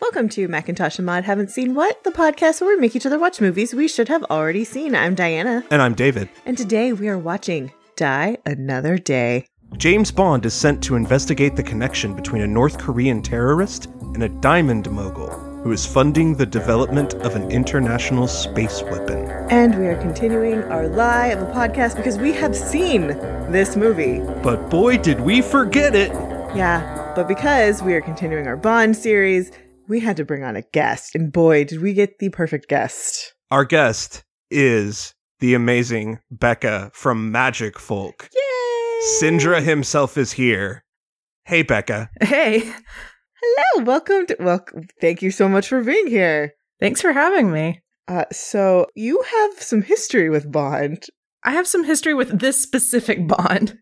Welcome to Macintosh and Mod Haven't Seen What, the podcast where we make each other watch movies we should have already seen. I'm Diana, And I'm David. and today we are watching Die Another Day. James Bond is sent to investigate the connection between a North Korean terrorist and a diamond mogul who is funding the development of an international space weapon. And we are continuing our lie of a podcast because we have seen this movie. But boy, did we forget it! Yeah, but because we are continuing our Bond series, we had to bring on a guest, and boy, did we get the perfect guest. Our guest is the amazing Becca from Magic Folk. Yay! Sindra himself is here. Hey, Becca. Hey, Hello, welcome to welcome. Thank you so much for being here. thanks for having me. Uh, so you have some history with Bond. I have some history with this specific bond.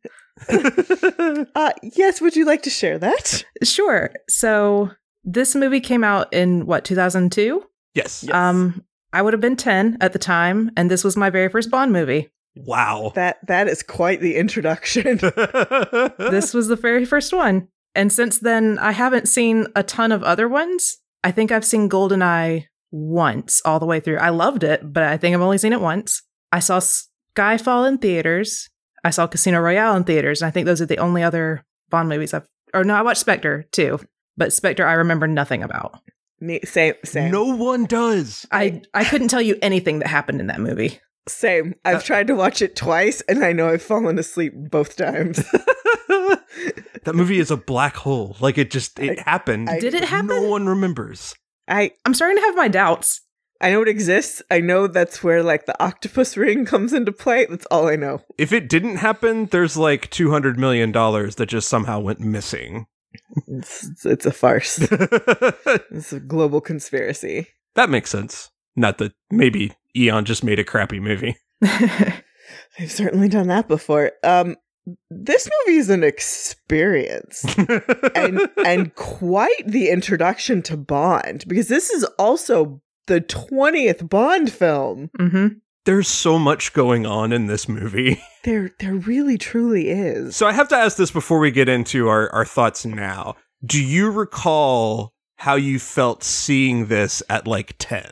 Uh, yes, would you like to share that? Sure. So, this movie came out in what, 2002? yes. Yeah. Yes. Um, I would have been 10 at the time, and this was my very first Bond movie. Wow. That that is quite the introduction. This was the very first one. And since then, I haven't seen a ton of other ones. I think I've seen Goldeneye once all the way through. I loved it, but I think I've only seen it once. I saw Skyfall in theaters. I saw Casino Royale in theaters. And I think those are the only other Bond movies I've. Or no, I watched Spectre too, but Spectre I remember nothing about. Me, same, same, no one does. I, I couldn't tell you anything that happened in that movie. same. I've tried to watch it twice, and I know I've fallen asleep both times. that movie is a black hole. Like it just it happened. I- Did it happen? No one remembers. I I'm starting to have my doubts. I know it exists. I know that's where like the octopus ring comes into play. That's all I know. If it didn't happen, there's like two hundred million dollars that just somehow went missing. It's, it's a farce. that It's a global conspiracy. makes sense. Not that maybe Eon just made a crappy movie. Mm-hmm. I've certainly done that before. Um, this movie is an experience. and and quite the introduction to Bond because this is also the 20th Bond film. hmm There's so much going on in this movie. There there really truly is. So I have to ask this before we get into our, our thoughts now. Do you recall how you felt seeing this at like 10?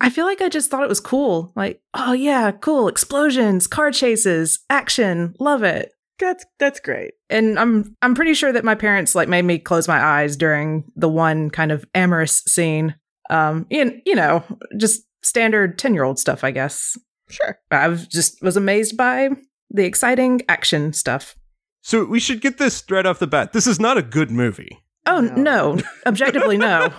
I feel like I just thought it was cool. Like, oh yeah, cool explosions, car chases, action, love it. That's that's great. And I'm I'm pretty sure that my parents like made me close my eyes during the one kind of amorous scene. Um, and you know, just standard ten year old stuff, I guess. Sure. I was just was amazed by the exciting action stuff. So we should get this right off the bat. This is not a good movie. Oh No. no, objectively no.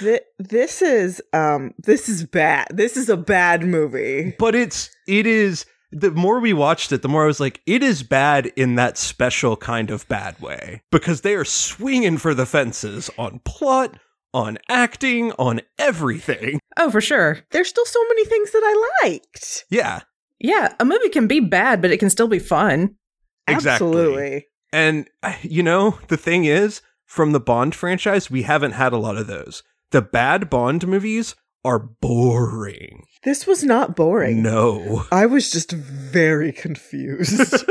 Th- this is um this is bad. This is a bad movie. but it's it is the more we watched it the more i was like it is bad in that special kind of bad way because they are swinging for the fences on plot on acting on everything Oh, for sure. There's still so many things that I liked. yeah Yeah, a movie can be bad, but it can still be fun. Exactly. Absolutely. and uh, you know the thing is from the bond franchise we haven't had a lot of those the bad bond movies are boring This was not boring. no I was just very confused.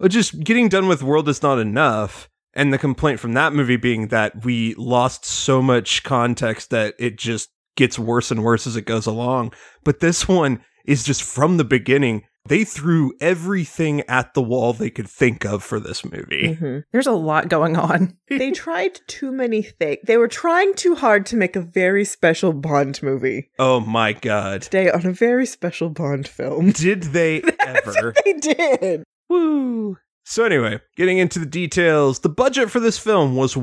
Well, just getting done with World is Not Enough, and the complaint from that movie being that we lost so much context that it just gets worse and worse as it goes along. But this one is just from the beginning. They threw everything at the wall they could think of for this movie. Mhm. There's a lot going on. They tried too many things. They were trying too hard to make a very special Bond movie. Oh my god. Today on a very special Bond film. Did they ever? They did. Woo. So anyway, getting into the details, the budget for this film was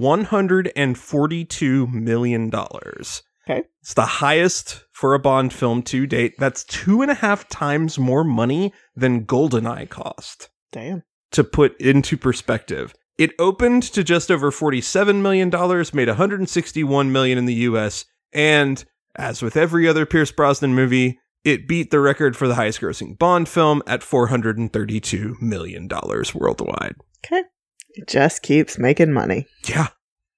142 million dollars. Okay. It's the highest for a Bond film to date. That's two and a half times more money than Goldeneye cost. Damn. To put into perspective, it opened to just over 47 million dollars, made 161 million in the US, and as with every other Pierce Brosnan movie, it beat the record for the highest grossing Bond film at $432 million worldwide. Okay. It just keeps making money. Yeah,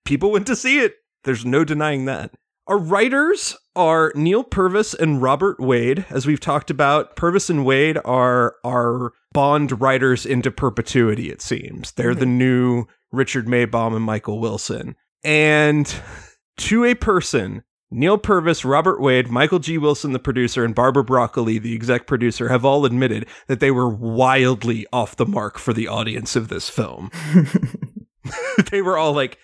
people went to see it. There's no denying that. Our writers are Neil Purvis and Robert Wade. As we've talked about, Purvis and Wade are our Bond writers into perpetuity, it seems. They're the new Richard Maybaum and Michael Wilson. And to a person, Neil Purvis, Robert Wade, Michael G. Wilson, the producer, and Barbara Broccoli, the exec producer, have all admitted that they were wildly off the mark for the audience of this film. they were all like,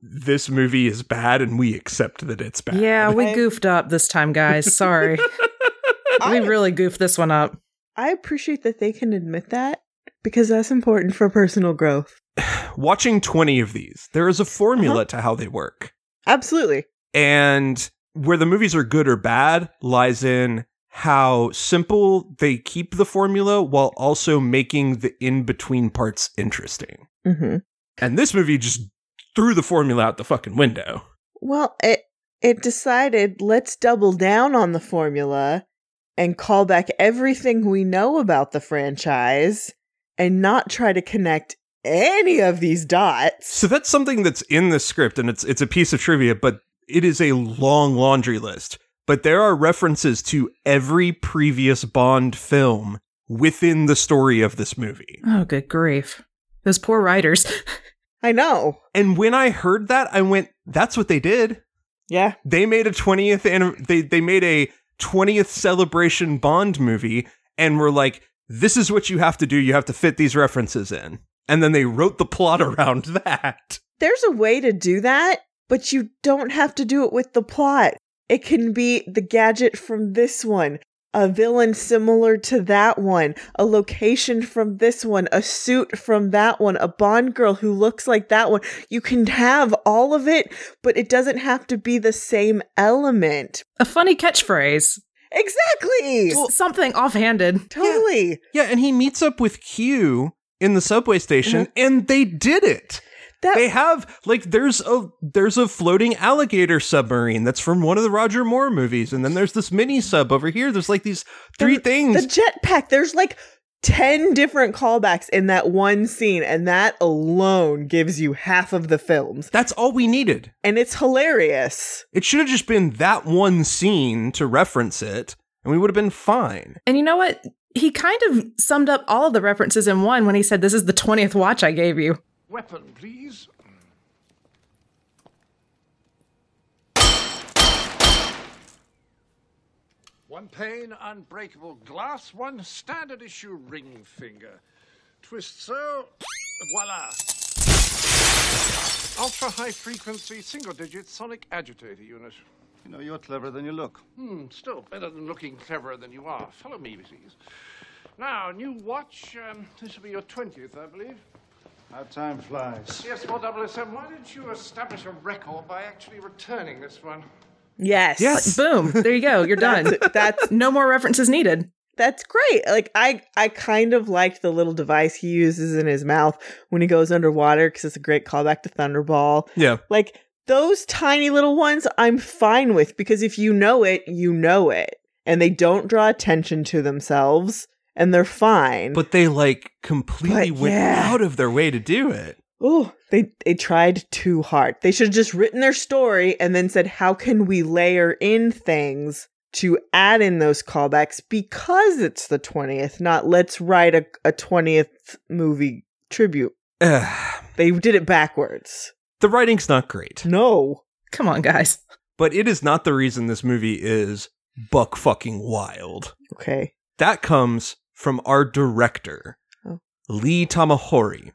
this movie is bad and we accept that it's bad. Yeah, we Right. goofed up this time, guys. Sorry. we I- really goofed this one up. I appreciate that they can admit that because that's important for personal growth. Watching 20 of these, there is a formula to how they work. Absolutely. And where the movies are good or bad lies in how simple they keep the formula while also making the in between parts interesting. Mm-hmm. And this movie just threw the formula out the fucking window. Well, it it decided let's double down on the formula and call back everything we know about the franchise and not try to connect any of these dots. So that's something that's in the script, and it's it's a piece of trivia, but it is a long laundry list. But there are references to every previous Bond film within the story of this movie. Oh, good grief. Those poor writers. I know. And when I heard that, I went, "That's what they did. Yeah. They made a twentieth and they they made a twentieth celebration Bond movie, and were like, this is what you have to do. You have to fit these references in." And then they wrote the plot around that. There's a way to do that, but you don't have to do it with the plot. It can be the gadget from this one, a villain similar to that one, a location from this one, a suit from that one, a Bond girl who looks like that one. You can have all of it, but it doesn't have to be the same element. A funny catchphrase. Exactly. Just something offhanded. totally. Yeah, and he meets up with Q in the subway station, and they did it. That They have like there's a there's a floating alligator submarine that's from one of the Roger Moore movies, and then there's this mini sub over here. There's like these three the things. jetpack, there's like 10 different callbacks in that one scene, and that alone gives you half of the films. that's all we needed. and it's hilarious. It should have just been that one scene to reference it, and we would have been fine. And you know what? He kind of summed up all of the references in one when he said, This is the 20th watch I gave you. Weapon, please. One pane, unbreakable glass, one standard issue ring finger. Twist so, voila. Ultra high frequency, single digit sonic agitator unit. You know, you're cleverer than you look. Hmm, still better than looking cleverer than you are. Follow me, please. Now, new watch. Um, this will be your 20th, I believe. How time flies. Yes, 4007, why didn't you establish a record by actually returning this one? Yes. Yes. Boom. There you go. You're done. That's No more references needed. that's great. Like I I kind of liked the little device he uses in his mouth when he goes underwater cuz it's a great callback to Thunderball. Yeah. Like those tiny little ones I'm fine with because if you know it, you know it. And they don't draw attention to themselves and they're fine. But they like completely But went yeah. out of their way to do it. Oh, they they tried too hard. They should have just written their story and then said, "How can we layer in things to add in those callbacks because it's the 20th, not let's write a, a 20th movie tribute." Ugh. They did it backwards. the writing's not great. No. Come on, guys. but it is not the reason this movie is buck fucking wild. Okay. That comes from our director, Oh. Lee Tamahori.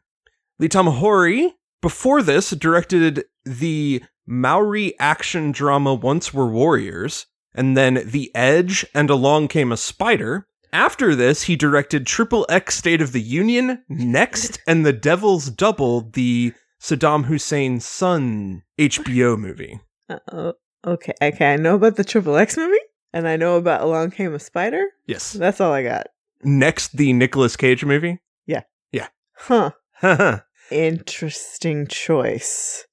Lee Tamahori, before this, directed the Maori action drama Once Were Warriors, and then The Edge and Along Came a Spider. After this, he directed Triple X State of the Union, Next, and The Devil's Double, the Saddam Hussein's son HBO movie. Uh, okay. Okay. I know about the Triple X movie and I know about Along Came a Spider. Yes. That's all I got. next the Nicolas Cage movie? Huh. yeah, Interesting choice.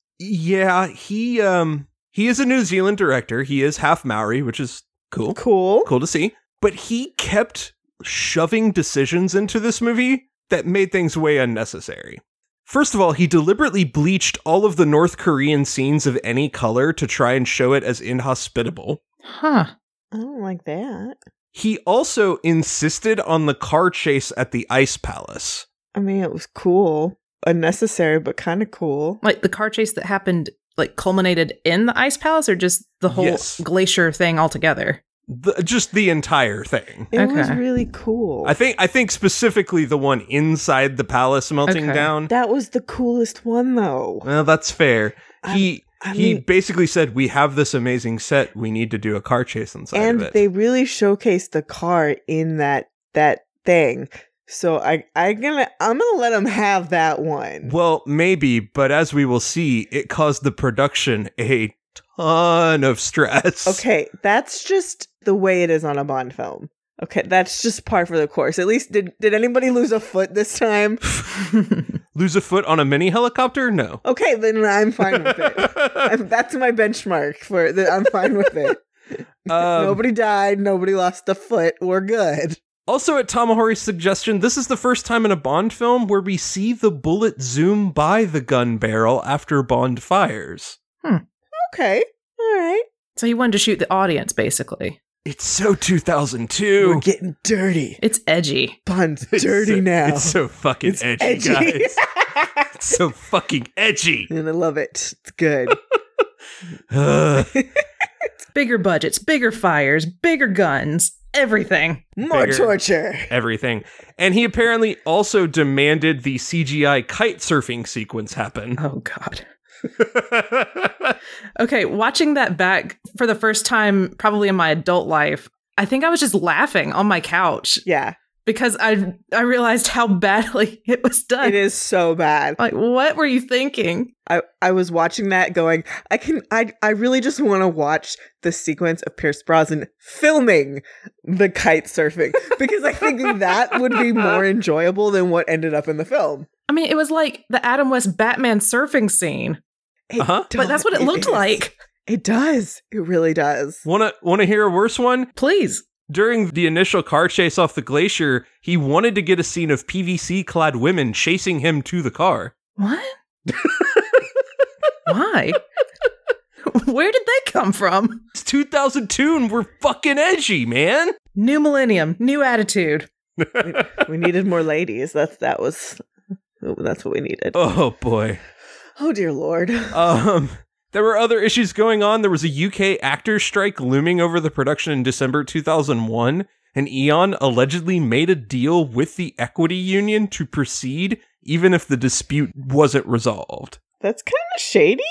he um he is a New Zealand director. He is half Maori, which is cool. Cool. Cool to see. But he kept shoving decisions into this movie that made things way unnecessary. First of all, he deliberately bleached all of the North Korean scenes of any color to try and show it as inhospitable. Huh. I don't like that. He also insisted on the car chase at the Ice Palace. I mean, it was cool, unnecessary, but kind of cool. Like the car chase that happened like culminated in the ice palace or just the whole Yes. glacier thing altogether? The, just the entire thing. It was Okay. really cool. I think I think specifically the one inside the palace melting Okay. down. that was the coolest one though. well, that's fair. I- He I he mean- basically said we have this amazing set. We need to do a car chase inside and of it. they really showcased the car in that that thing. So I I gonna I'm gonna let them have that one. well, maybe, but as we will see, it caused the production a ton of stress. Okay, that's just the way it is on a Bond film. Okay, that's just par for the course. At least did did anybody lose a foot this time? Lose a foot on a mini helicopter? No. Okay, then I'm fine with it. I'm- that's my benchmark for the, I'm fine with it. Um, nobody died, nobody lost a foot. We're good. Also, at Tomahori's suggestion, this is the first time in a Bond film where we see the bullet zoom by the gun barrel after Bond fires. Okay. All right. so he wanted to shoot the audience, basically. It's so We're 2002. getting dirty. It's edgy. Bond's It's dirty so- now. It's so fucking It's edgy, guys. It's so fucking edgy. and I love it. It's good. Ugh. Bigger budgets, bigger fires, bigger guns, everything. More Bigger. torture. Everything. And he apparently also demanded the CGI kite surfing sequence happen. Oh, God. Okay, watching that back for the first time, probably in my adult life, I think I was just laughing on my couch Yeah, because I I realized how badly it was done. it is so bad. Like, what were you thinking? I, I was watching that going, I can I I really just want to watch the sequence of Pierce Brosnan filming the kite surfing because I think that would be more enjoyable than what ended up in the film. I mean, it was like the Adam West Batman surfing scene, It Uh-huh. but that's what it does. looked like. It does. It really does. Wanna wanna hear a worse one? Please. During the initial car chase off the glacier, he wanted to get a scene of PVC clad women chasing him to the car. What? Why? Where did that come from? It's 2002 and we're fucking edgy, man. New millennium, new attitude. We needed more ladies. That's that was that's what we needed. Oh, Oh boy. dear lord. Um there were other issues going on. There was a UK actors strike looming over the production in December 2001, and Eon allegedly made a deal with the equity union to proceed even if the dispute wasn't resolved. That's kind of shady.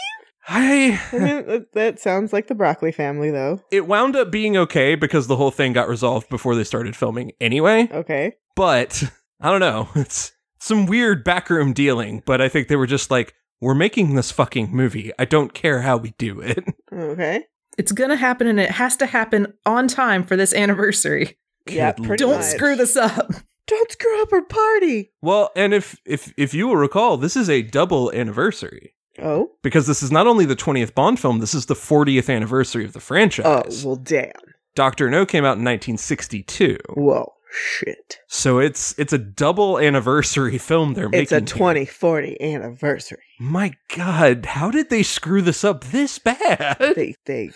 I I mean, that, that sounds like the broccoli family though. it wound up being okay because the whole thing got resolved before they started filming anyway. Okay. But I don't know. It's some weird backroom dealing, but I think they were just like, we're making this fucking movie. I don't care how we do it. Okay. It's going to happen and it has to happen on time for this anniversary. Yeah, Good pretty Don't lord. much. screw this up. Don't screw up our party. Well, and if if if you will recall, this is a double anniversary Oh. because this is not only the 20th Bond film, this is the 40th anniversary of the Oh, franchise. well damn. Doctor No came out in 1962. Whoa, shit. So it's it's a double anniversary film they're making. It's a here. 2040 anniversary. My God, how did they screw this up this bad? They they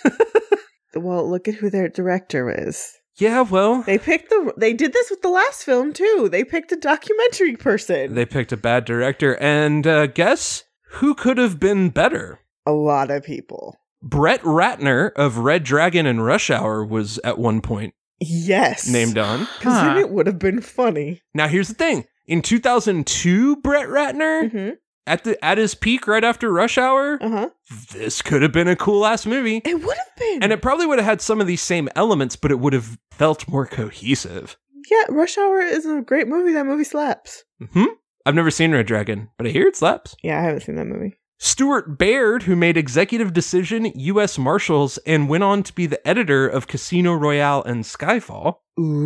Well, look at who their director is. Yeah, well, They picked the they did this with the last film too. They picked a documentary person. they picked a bad director, and uh, guess who could have been better? a lot of people. Brett Ratner of Red Dragon and Rush Hour was at one point Yes. named on. because Huh. then it would have been funny. Now, here's the thing: in 2002, Brett Ratner Mhm. at the at his peak, right after Rush Hour, Uh-huh. this could have been a cool ass movie, It would have been. and it probably would have had some of these same elements, but it would have felt more cohesive. yeah, Rush Hour is a great movie. That movie slaps. Hmm. I've never seen Red Dragon, but I hear it slaps. Yeah, I haven't seen that movie. Stuart Baird, who made Executive Decision, U.S. Marshals, and went on to be the editor of Casino Royale and Skyfall.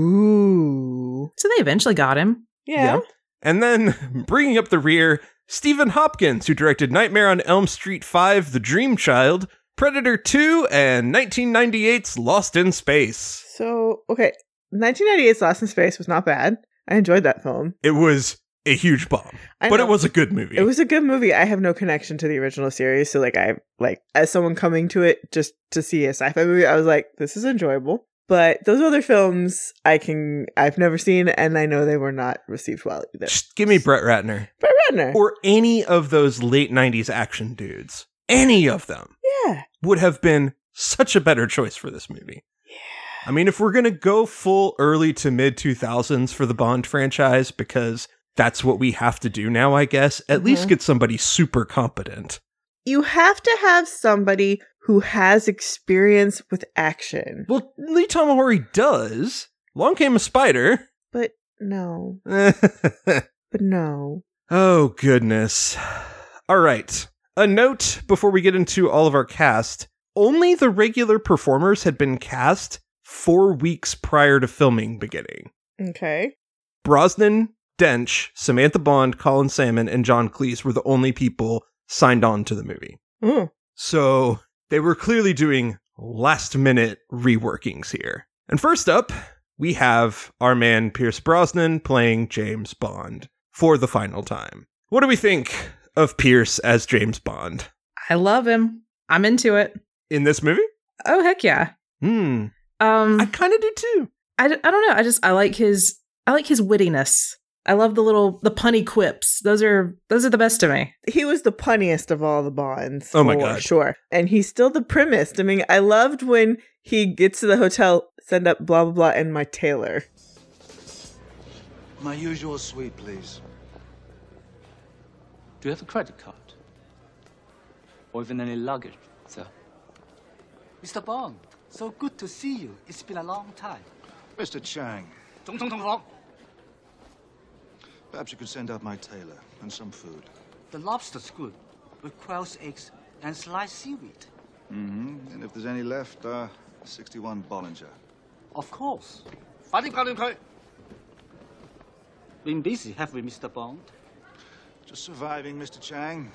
Ooh. So they eventually got him. Yeah. And then bringing up the rear, Stephen Hopkins, who directed Nightmare on Elm Street 5, The Dream Child, Predator 2, and 1998's Lost in Space. So okay, 1998's Lost in Space was not bad. I enjoyed that film. It was a huge bomb, I but know. it was a good movie. It was a good movie. I have no connection to the original series, so like I like as someone coming to it just to see a sci-fi movie, I was like, this is enjoyable. But those other films, I can I've never seen, and I know they were not received well either. Just give me Brett Ratner But Redner, or any of those late 90s action dudes. any of them Yeah. would have been such a better choice for this movie. I mean, if we're going to go full early to mid 2000s for the Bond franchise, because that's what we have to do now, I guess, at least get somebody super competent. You have to have somebody who has experience with action. Well, Lee Tomahori does. Long came a spider. But no. But no. Oh, goodness. All right. A note before we get into all of our cast only the regular performers had been cast four weeks prior to filming beginning. Okay. Brosnan, Dench, Samantha Bond, Colin Salmon, and John Cleese were the only people signed on to the movie. Mm. So they were clearly doing last minute reworkings here. And first up, we have our man Pierce Brosnan playing James Bond for the final time. What do we think of Pierce as James Bond I love him. I'm into it. in this movie? Oh heck yeah. Hmm, Um I kind of do too. I, d- I don't know. I just I like his I like his wittiness. I love the little the punny quips. Those are those are the best to me. He was the punniest of all the Bonds. Oh my for God. Sure. And he's still the primest. I mean, I loved when he gets to the hotel, send up blah, blah, blah, and my tailor. My usual suite, please. Do you have a credit card? Or even any luggage, sir? Mr. Bond, so good to see you. It's been a long time. Mr. Chang, Dong, dong, dong, dong. perhaps you could send out my tailor and some food. The lobster's good, with quail's eggs and sliced seaweed. And if there's any left, uh, 61 Bollinger. Of course. Been busy, have we, Mr. Bond? Just surviving, Mr. Chang.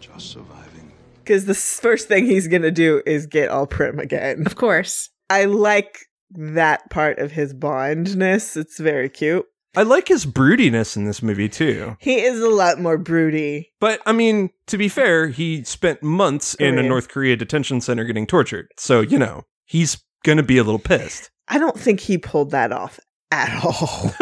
Just surviving. Because the s- first thing he's going to do is get all prim again. Of course. I like that part of his Bondness. It's very cute. I like his broodiness in this movie too. He is a lot more broody. But I mean, to be fair, he spent months in a Korea. North Korea detention center getting tortured. So, you know, he's going to be a little pissed. I don't think he pulled that off at all.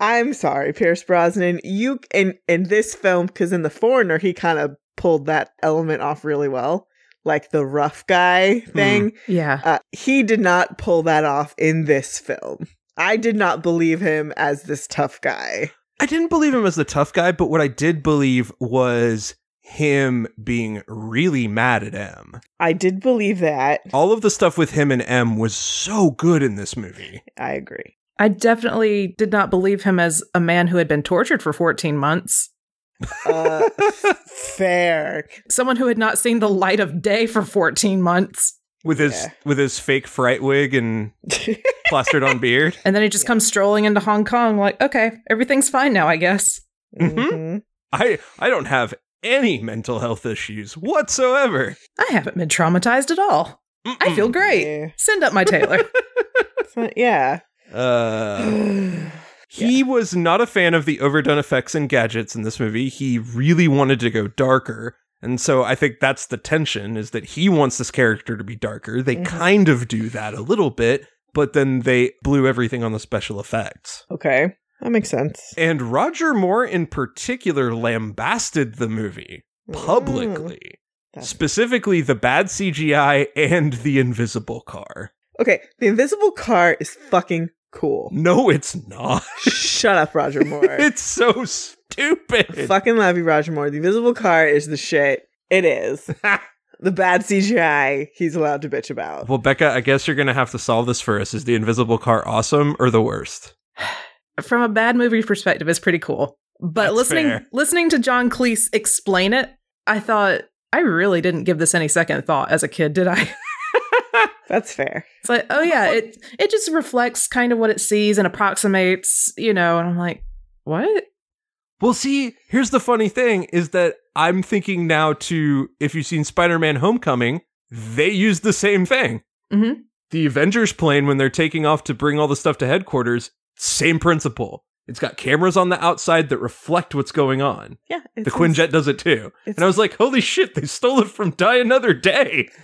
I'm sorry, Pierce Brosnan. You in in this film because in the Foreigner he kind of pulled that element off really well, like the rough guy thing. Yeah. Uh, he did not pull that off in this film. I did not believe him as this tough guy. I didn't believe him as the tough guy, but what I did believe was him being really mad at M. I did believe that. All of the stuff with him and M was so good in this movie. I agree. I definitely did not believe him as a man who had been tortured for 14 months. Uh, fair. Someone who had not seen the light of day for 14 months. With his Yeah. with his fake fright wig and plastered on beard. And then he just comes strolling into Hong Kong like, okay, everything's fine now, I guess. Mhm. I I don't have any mental health issues whatsoever. I haven't been traumatized at all. I feel great. Yeah. Send up my tailor. So, yeah. Uh He was not a fan of the overdone effects and gadgets in this movie. He really wanted to go darker. And so I think that's the tension is that he wants this character to be darker. They kind of do that a little bit, but then they blew everything on the special effects. Okay. That makes sense. And Roger Moore in particular lambasted the movie publicly. That's- Specifically, the bad CGI and the invisible car. Okay, the invisible car is fucking cool. No, it's not. Shut up, Roger Moore. It's so stupid. fucking love you, Roger Moore. The invisible car is the shit. It is. the bad CGI he's allowed to bitch about. Well, Becca, I guess you're going to have to solve this for us. Is the invisible car awesome or the worst? From a bad movie perspective, it's pretty cool. But That's listening fair. listening to John Cleese explain it, I thought I really didn't give this any second thought as a kid, did I? That's fair. It's like, oh yeah, it it just reflects kind of what it sees and approximates, you know. And I'm like, what? Well, see, here's the funny thing is that I'm thinking now to if you've seen Spider Man Homecoming, they use the same thing. Mhm. The Avengers plane, when they're taking off to bring all the stuff to headquarters, same principle. It's got cameras on the outside that reflect what's going on. Yeah. the Quinjet does it too. it's- And I was like, holy shit, they stole it from Die Another Day.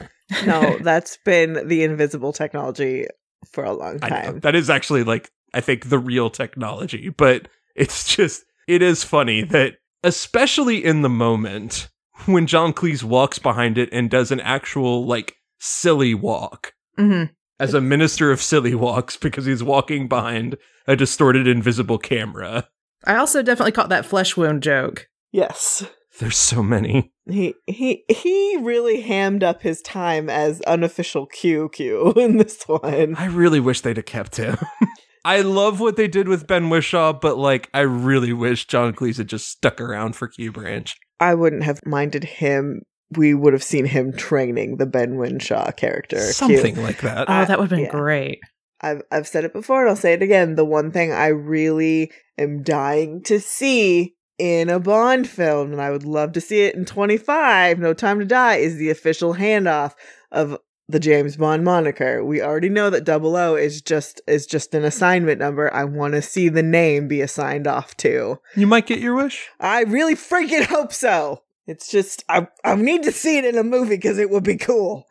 No, that's been the invisible technology for a long I know. time. That is actually like I think the real technology, but it's just it is funny that especially in the moment when John Cleese walks behind it and does an actual like silly walk Mm-hmm. as a minister of silly walks because he's walking behind a distorted invisible camera. I also definitely caught that flesh wound joke. Yes. There's so many. He he he really hammed up his time as unofficial QQ in this one. I really wish they'd have kept him. I love what they did with Ben Wishaw, but like, I really wish John Cleese had just stuck around for Q Branch. I wouldn't have minded him. We would have seen him training the Ben Winshaw character. Q. Something like that. I- Oh, that would have been yeah. great. I've I've said it before and I'll say it again. The one thing I really am dying to see in a Bond film, and I would love to see it in 25, No Time to Die, is the official handoff of the James Bond moniker. We already know that 00 is just is just an assignment number. I want to see the name be assigned off to. you might get your wish. I really freaking hope so. It's just I I need to see it in a movie because it would be cool.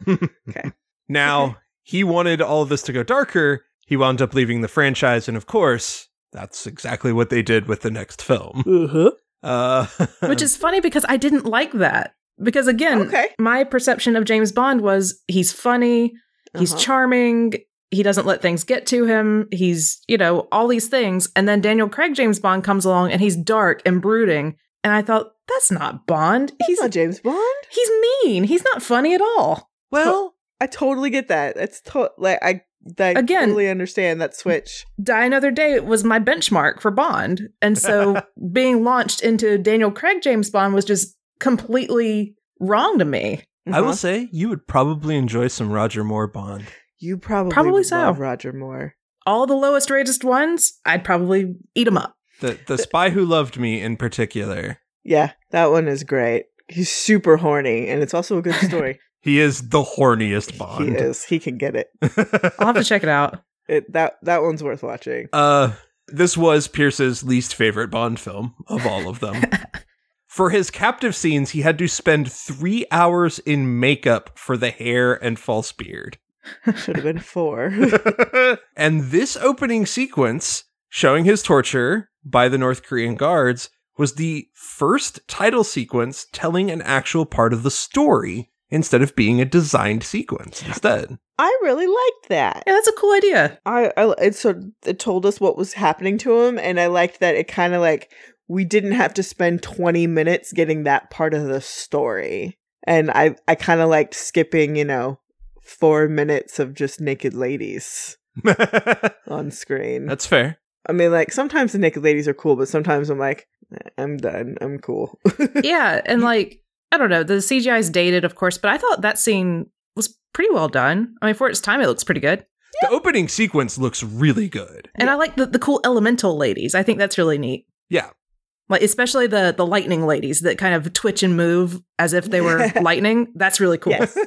Now, he wanted all of this to go darker. He wound up leaving the franchise, and of course, that's exactly what they did with the next film. Uh-huh. Uh, Which is funny because I didn't like that. Because again, Okay. my perception of James Bond was he's funny, he's Uh-huh. charming, he doesn't let things get to him, he's, you know, all these things. And then Daniel Craig James Bond comes along and he's dark and brooding. And I thought, that's not Bond. He's He's not James Bond. he's mean. He's not funny at all. Well, I totally get that. That's to- like I that Again- totally understand that switch. Die Another Day was my benchmark for Bond. And so being launched into Daniel Craig James Bond was just completely wrong to me. I will Uh-huh. say you would probably enjoy some Roger Moore Bond. you probably Probably would so. love Roger Moore. All the lowest rated ones, I'd probably eat them up. The the Spy Who Loved Me in particular. Yeah, that one is great. He's super horny, and it's also a good story. He is the horniest Bond. he is. He can get it. I'll have to check it out. it. That that one's worth watching. Uh, this was Pierce's least favorite Bond film of all of them. for his captive scenes, he had to spend three hours in makeup for the hair and false beard. Should have been four. and this opening sequence, showing his torture by the North Korean guards, was the first title sequence telling an actual part of the story instead of being a designed sequence instead. I really liked that. Yeah, that's a cool idea. I, I it sort of- it told us what was happening to him, and I liked that it kind of like we didn't have to spend twenty minutes getting that part of the story, and I I kind of liked skipping you know four minutes of just naked ladies on screen. That's fair. I mean, like sometimes the naked ladies are cool, but sometimes I'm like "Eh, I'm done, I'm cool. yeah, and like I don't know, the CGI is dated, of course, but I thought that scene was pretty well done. I mean, for its time, it looks pretty good, The opening sequence looks really good. and I like the, the cool elemental ladies. I think that's really neat. Yeah. Like especially the the lightning ladies that kind of twitch and move as if they were lightning. That's really cool. Yes.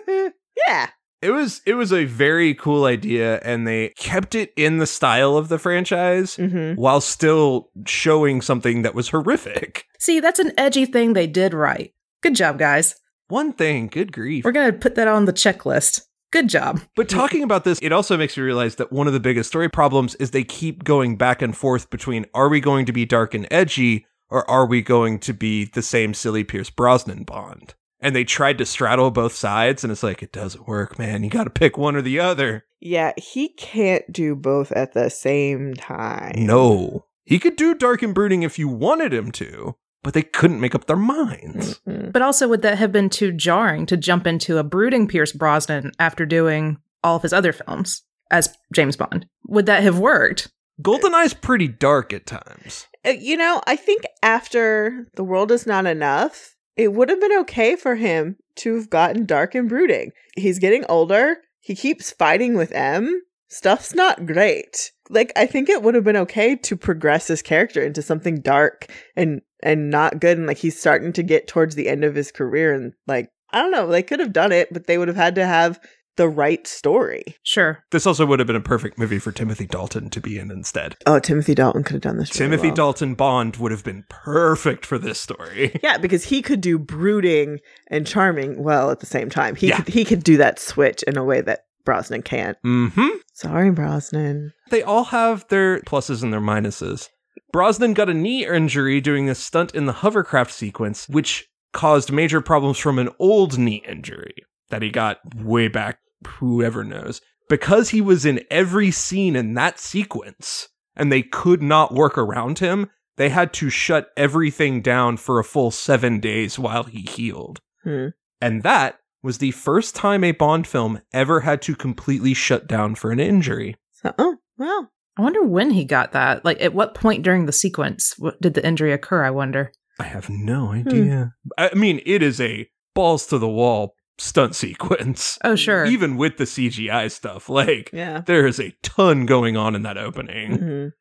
yeah, It was it was a very cool idea and they kept it in the style of the franchise hmm while still showing something that was horrific. See, that's an edgy thing they did right. Good job, guys. One thing, good grief. We're gonna put that on the checklist. Good job. But talking about this, it also makes me realize that one of the biggest story problems is they keep going back and forth between are we going to be dark and edgy or are we going to be the same silly Pierce Brosnan Bond? And they tried to straddle both sides, and it's like, it doesn't work, man. You got to pick one or the other. yeah. He can't do both at the same time. No. He could do dark and brooding if you wanted him to, but they couldn't make up their minds. Mm-mm. But also, would that have been too jarring to jump into a brooding Pierce Brosnan after doing all of his other films as James Bond? Would that have worked? Goldeneye's pretty dark at times. Uh, you know, I think after The World Is Not Enough, it would have been okay for him to have gotten dark and brooding. He's getting older. He keeps fighting with M. Stuff's not great. Like I think it would have been okay to progress his character into something dark and and not good and like he's starting to get towards the end of his career and like I don't know, they could have done it, but they would have had to have the right story. Sure. This also would have been a perfect movie for Timothy Dalton to be in instead. Oh, Timothy Dalton could have done this. really Timothy well. Dalton Bond would have been perfect for this story. Yeah, because he could do brooding and charming well at the same time. He Yeah. could he could do that switch in a way that Brosnan can't. hmm Sorry, Brosnan. They all have their pluses and their minuses. Brosnan got a knee injury doing a stunt in the hovercraft sequence, which caused major problems from an old knee injury that he got way back, whoever knows. Because he was in every scene in that sequence and they could not work around him, they had to shut everything down for a full seven days while he healed. Hmm. And that was the first time a Bond film ever had to completely shut down for an injury. So, oh, wow. I wonder when he got that. Like, at what point during the sequence w- did the injury occur? I wonder. I have Hmm. no idea. I mean, it is a balls to the wall stunt sequence. Oh, sure. Even with the CGI stuff, like Yeah. there is a ton going on in that opening. Mhm.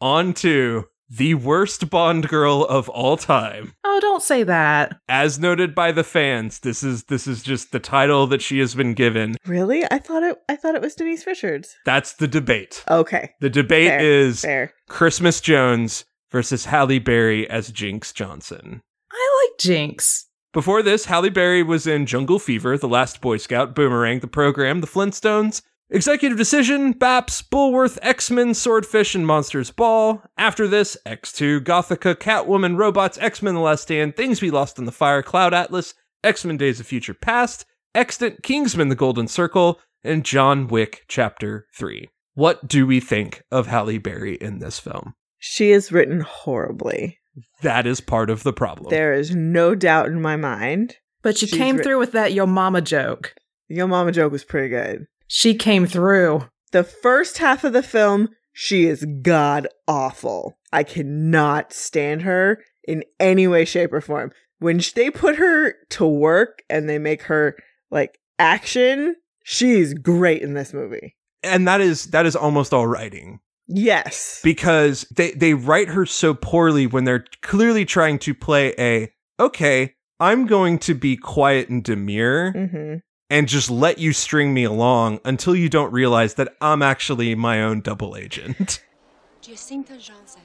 On to the worst Bond girl of all time. oh, don't say that. As noted by the fans, this is this is just the title that she has been given. Really? I thought it I thought it was Denise Richards. That's the debate. Okay. The debate Fair, is Fair. Christmas Jones versus Halle Berry as Jinx Johnson. I like Jinx. Before this, Halle Berry was in Jungle Fever, The Last Boy Scout, Boomerang, The Program, The Flintstones, Executive Decision, Baps, Bullworth, X Men, Swordfish, and Monsters Ball. After this, X2, Gothica, Catwoman, Robots, X Men, The Last Stand, Things We Lost in the Fire, Cloud Atlas, X Men Days of Future Past, Extant, Kingsman, The Golden Circle, and John Wick Chapter 3. What do we think of Halle Berry in this film? She is written horribly. That is part of the problem. There is no doubt in my mind. But she She's came ri- through with that yo mama joke. Yo mama joke was pretty good. She came through. The first half of the film, she is god awful. I cannot stand her in any way, shape, or form. When sh- they put her to work and they make her like action, she's great in this movie. And that is that is almost all writing. Yes. because they they write her so poorly when they're clearly trying to play a okay i'm going to be quiet and demure hmm and just let you string me along until you don't realize that i'm actually my own double agent Jacinta Johnson.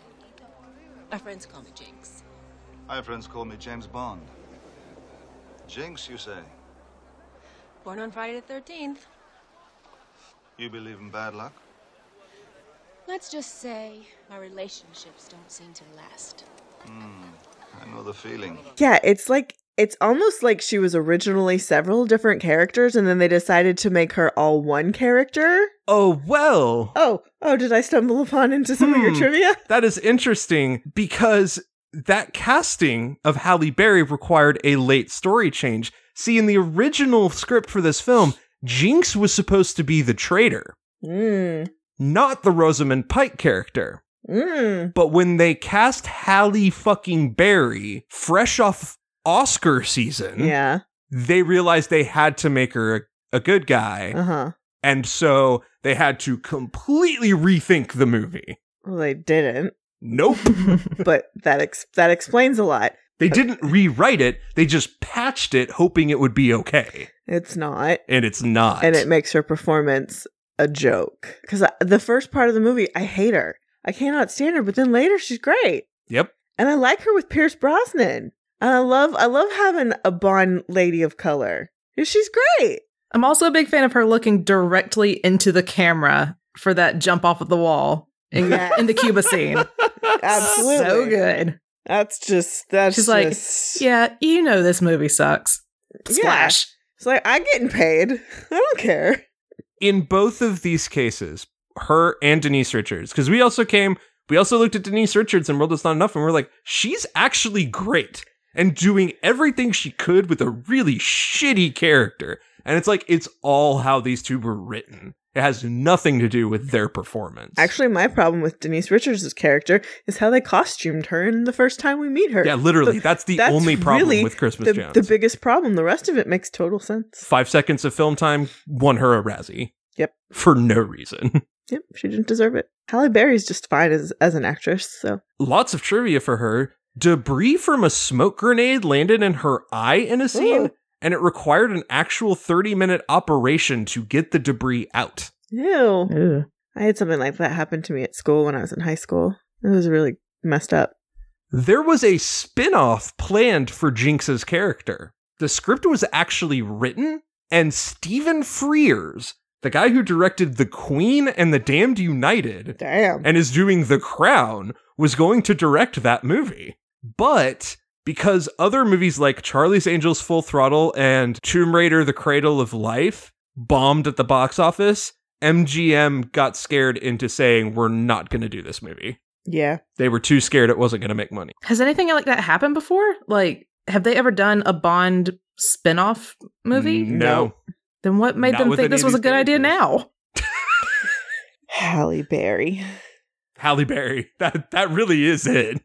My friends call me Jinx. My friends call me James Bond. Jinx, you say? Born on Friday the 13th. You believe in bad luck? Let's just say my relationships don't seem to last. I know the feeling. Yeah, it's like it's almost like she was originally several different characters and then they decided to make her all one character. oh well Oh, oh, did I stumble upon into some of your Hmm. trivia? that is interesting because that casting of halle berry required a late story change see in the original script for this film jinx was supposed to be the traitor Mm. not the rosamund pike character Mm. But when they cast Halle fucking Berry, fresh off Oscar season, Yeah. they realized they had to make her a, a good guy. Uh-huh. And so they had to completely rethink the movie. Well, they didn't, Nope. but that ex- that explains a lot. they didn't rewrite it, they just patched it, hoping it would be okay. It's not, And it's not. and it makes her performance a joke. Because the first part of the movie, I hate her. I cannot stand her. But then later, she's great. yep. and I like her with Pierce Brosnan. And I love I love having a Bond lady of color. She's great. I'm also a big fan of her looking directly into the camera for that jump off of the wall in, Yes. in the Cuba scene. Absolutely. So good. That's just that's She's like, just- Yeah, you know this movie sucks. Yeah. Splash. It's like I'm getting paid. I don't care. in both of these cases, her and Denise Richards, because we also came, we also looked at Denise Richards and World Is Not Enough, and we're like, she's actually great and doing everything she could with a really shitty character. And it's like, it's all how these two were written. It has nothing to do with their performance. Actually, my problem with Denise Richards' character is how they costumed her in the first time we meet her. yeah, literally, But that's the that's only problem really with Christmas the, Jones. the biggest problem. The rest of it makes total sense. Five seconds of film time won her a Razzie. Yep. For no reason. Yep, she didn't deserve it. Halle Berry's just fine as as an actress, so lots of trivia for her. Debris from a smoke grenade landed in her eye in a scene, Ooh. and it required an actual 30 minute operation to get the debris out. ew. Ooh. I had something like that happen to me at school when I was in high school. It was really messed up. There was a spin off planned for Jinx's character. The script was actually written, and Stephen Frears, the guy who directed The Queen and The Damned United, Damn. and is doing The Crown was going to direct that movie. But because other movies like Charlie's Angels Full Throttle and Tomb Raider The Cradle of Life bombed at the box office, MGM got scared into saying, we're not going to do this movie. Yeah. They were too scared it wasn't going to make money. Has anything like that happened before? Like, have they ever done a Bond spin-off movie? Mm, No. Then what made Not them with think any this of was a these good idea characters. now? Halle Berry. Halle Berry. That that really is it.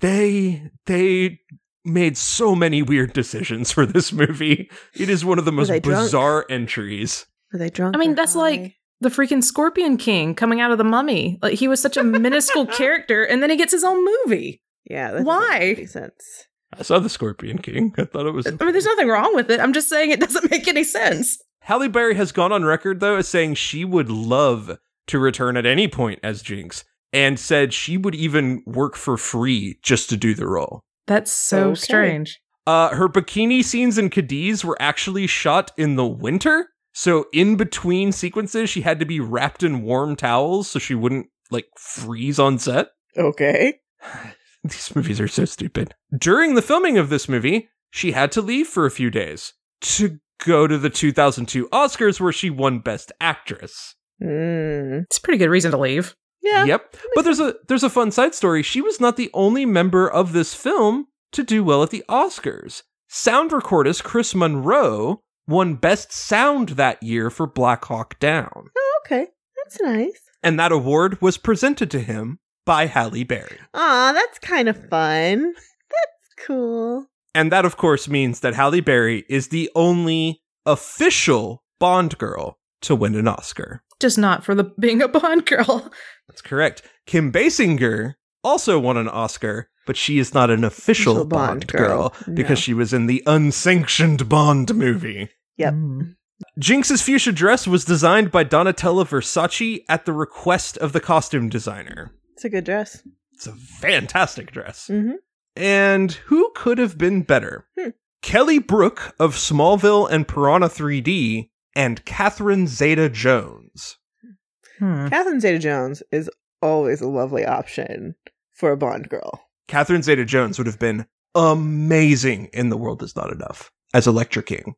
they they made so many weird decisions for this movie. It is one of the most they drunk? bizarre entries. Are they drunk? I mean, or that's high? like the freaking Scorpion King coming out of the mummy. Like he was such a minuscule character, and then he gets his own movie. yeah. That doesn't Why? make any sense. I saw the Scorpion King. I thought it was I mean, there's nothing wrong with it. I'm just saying it doesn't make any sense. Halle Berry has gone on record though as saying she would love to return at any point as Jinx and said she would even work for free just to do the role. That's so Okay. strange. Uh, her bikini scenes in Cadiz were actually shot in the winter. So in between sequences, she had to be wrapped in warm towels so she wouldn't like freeze on set. Okay. These movies are so stupid. During the filming of this movie, she had to leave for a few days to go to the 2002 Oscars where she won Best Actress. Mm. It's a pretty good reason to leave. Yeah. Yep. But there's a there's a fun side story. She was not the only member of this film to do well at the Oscars. Sound recordist Chris Monroe won Best Sound that year for Black Hawk Down. Oh, okay. That's nice. And that award was presented to him by Halle Berry. Aw, that's kind of fun. That's cool. And that of course means that Halle Berry is the only official Bond girl to win an Oscar. Just not for the being a Bond girl. That's correct. Kim Basinger also won an Oscar, but she is not an official Official Bond, Bond girl, girl. because No. she was in the unsanctioned Bond movie. Yep. Jinx's fuchsia dress was designed by Donatella Versace at the request of the costume designer. It's a good dress. It's a fantastic dress. Mm-hmm. And who could have been better? Hmm. Kelly Brook of Smallville and Piranha 3D and Catherine Zeta Jones. Hmm. Catherine Zeta Jones is always a lovely option for a Bond girl. Catherine Zeta Jones would have been amazing in The World Is Not Enough as Electra King.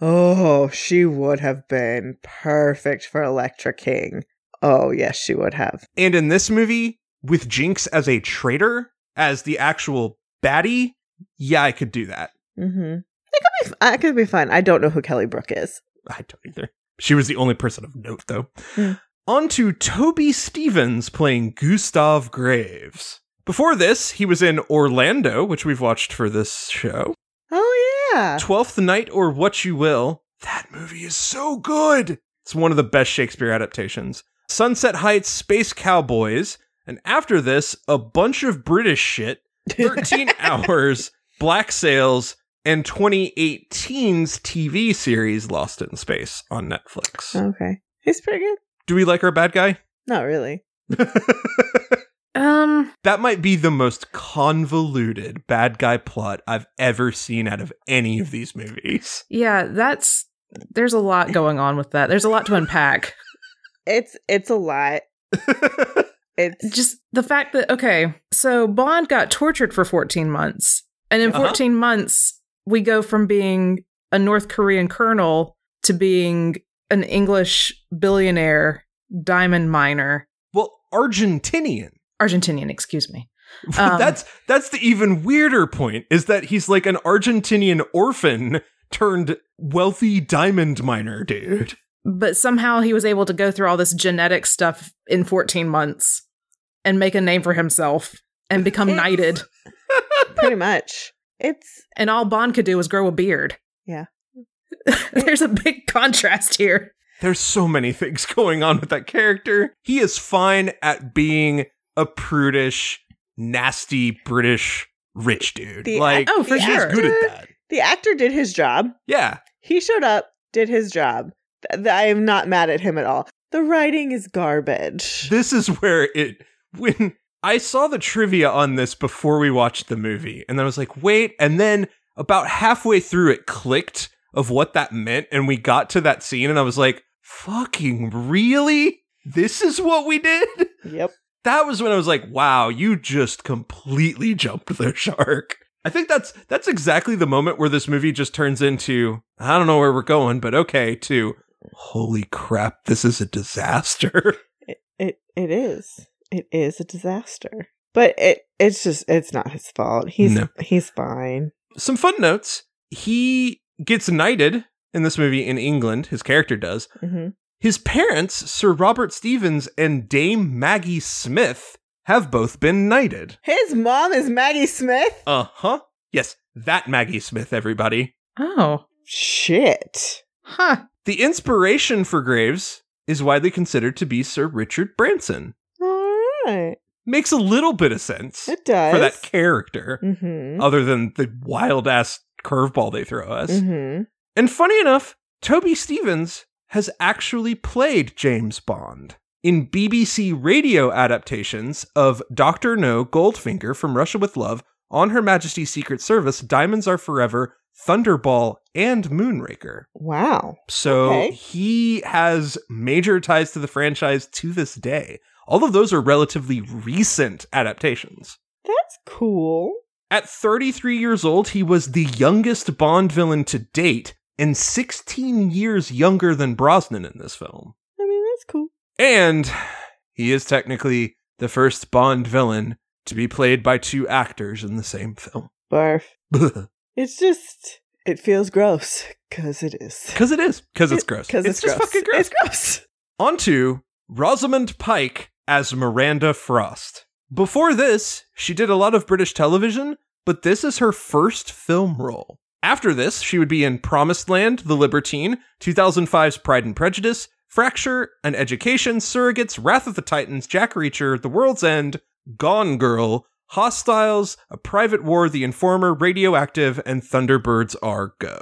Oh, she would have been perfect for Electra King. Oh, yes, she would have. And in this movie, with Jinx as a traitor, as the actual baddie, yeah, I could do that. Mm-hmm. It could be. F- I could be fun. I don't know who Kelly Brook is. I don't either. She was the only person of note, though. Hmm. On to Toby Stevens playing Gustav Graves. Before this, he was in Orlando, which we've watched for this show. Oh yeah. Twelfth Night or What You Will. That movie is so good. It's one of the best Shakespeare adaptations. Sunset Heights, Space Cowboys, and after this, a bunch of British shit 13 Hours, Black Sails, and 2018's TV series Lost in Space on Netflix. okay, he's pretty good. Do we like our bad guy? Not really. Um, that might be the most convoluted bad guy plot I've ever seen out of any of these movies. yeah, that's there's a lot going on with that. There's a lot to unpack. It's it's a lot. It's Just the fact that okay, so Bond got tortured for 14 months. And in Uh-huh. 14 months, we go from being a North Korean colonel to being an English billionaire diamond miner, well, Argentinian. Argentinian, excuse me. Well, Um, that's that's the even weirder point is that he's like an Argentinian orphan turned wealthy diamond miner dude. but somehow he was able to go through all this genetic stuff in 14 months and make a name for himself and become knighted. pretty much. It's And all Bond could do was grow a beard. Yeah. There's a big contrast here. There's so many things going on with that character. He is fine at being a prudish, nasty British rich dude. The- like Oh, for the he's sure. good at that. the actor did his job. Yeah. He showed up, did his job. Th- th- I am not mad at him at all. The writing is garbage. This is where it when I saw the trivia on this before we watched the movie, and then I was like, wait, and then about halfway through it clicked of what that meant, and we got to that scene, and I was like, fucking really? This is what we did? yep. That was when I was like, wow, you just completely jumped the shark. I think that's that's exactly the moment where this movie just turns into I don't know where we're going, but okay, to holy crap, this is a disaster. It, it it is. It is a disaster. But it it's just it's not his fault. He's No. he's fine. Some fun notes. He gets knighted in this movie in England, his character does. hmm His parents, Sir Robert Stevens and Dame Maggie Smith, have both been knighted. His mom is Maggie Smith. Uh huh. Yes, that Maggie Smith, everybody. Oh, Shit. huh. The inspiration for Graves is widely considered to be Sir Richard Branson. All right. Makes a little bit of sense It does. for that Oh, character, Mm-hmm. other than the wild ass curveball they throw us. Mm-hmm. And funny enough, Toby Stevens has actually played James Bond in BBC radio adaptations of Dr. No Goldfinger from Russia with Love, On Her Majesty's Secret Service, Diamonds Are Forever, Thunderball, and Moonraker. Wow. So Okay. he has major ties to the franchise to this day. All of those are relatively recent adaptations. That's cool. At 33 years old, he was the youngest Bond villain to date and 16 years younger than Brosnan in this film. I mean, that's cool. And he is technically the first Bond villain to be played by two actors in the same film. Barf. Because It's just it feels gross because it is. it is. Because it's gross. Because it's, just gross. fucking gross. It's gross. On to Rosamund Pike as Miranda Frost. Before this, she did a lot of British television, but this is her first film role. After this, she would be in Promised Land, The Libertine, 2005's Pride and Prejudice, Fracture, An Education, Surrogates, Wrath of the Titans, Jack Reacher, The World's End, Gone Girl, Hostiles, A Private War, The Informer, Radioactive, and Thunderbirds Are Go.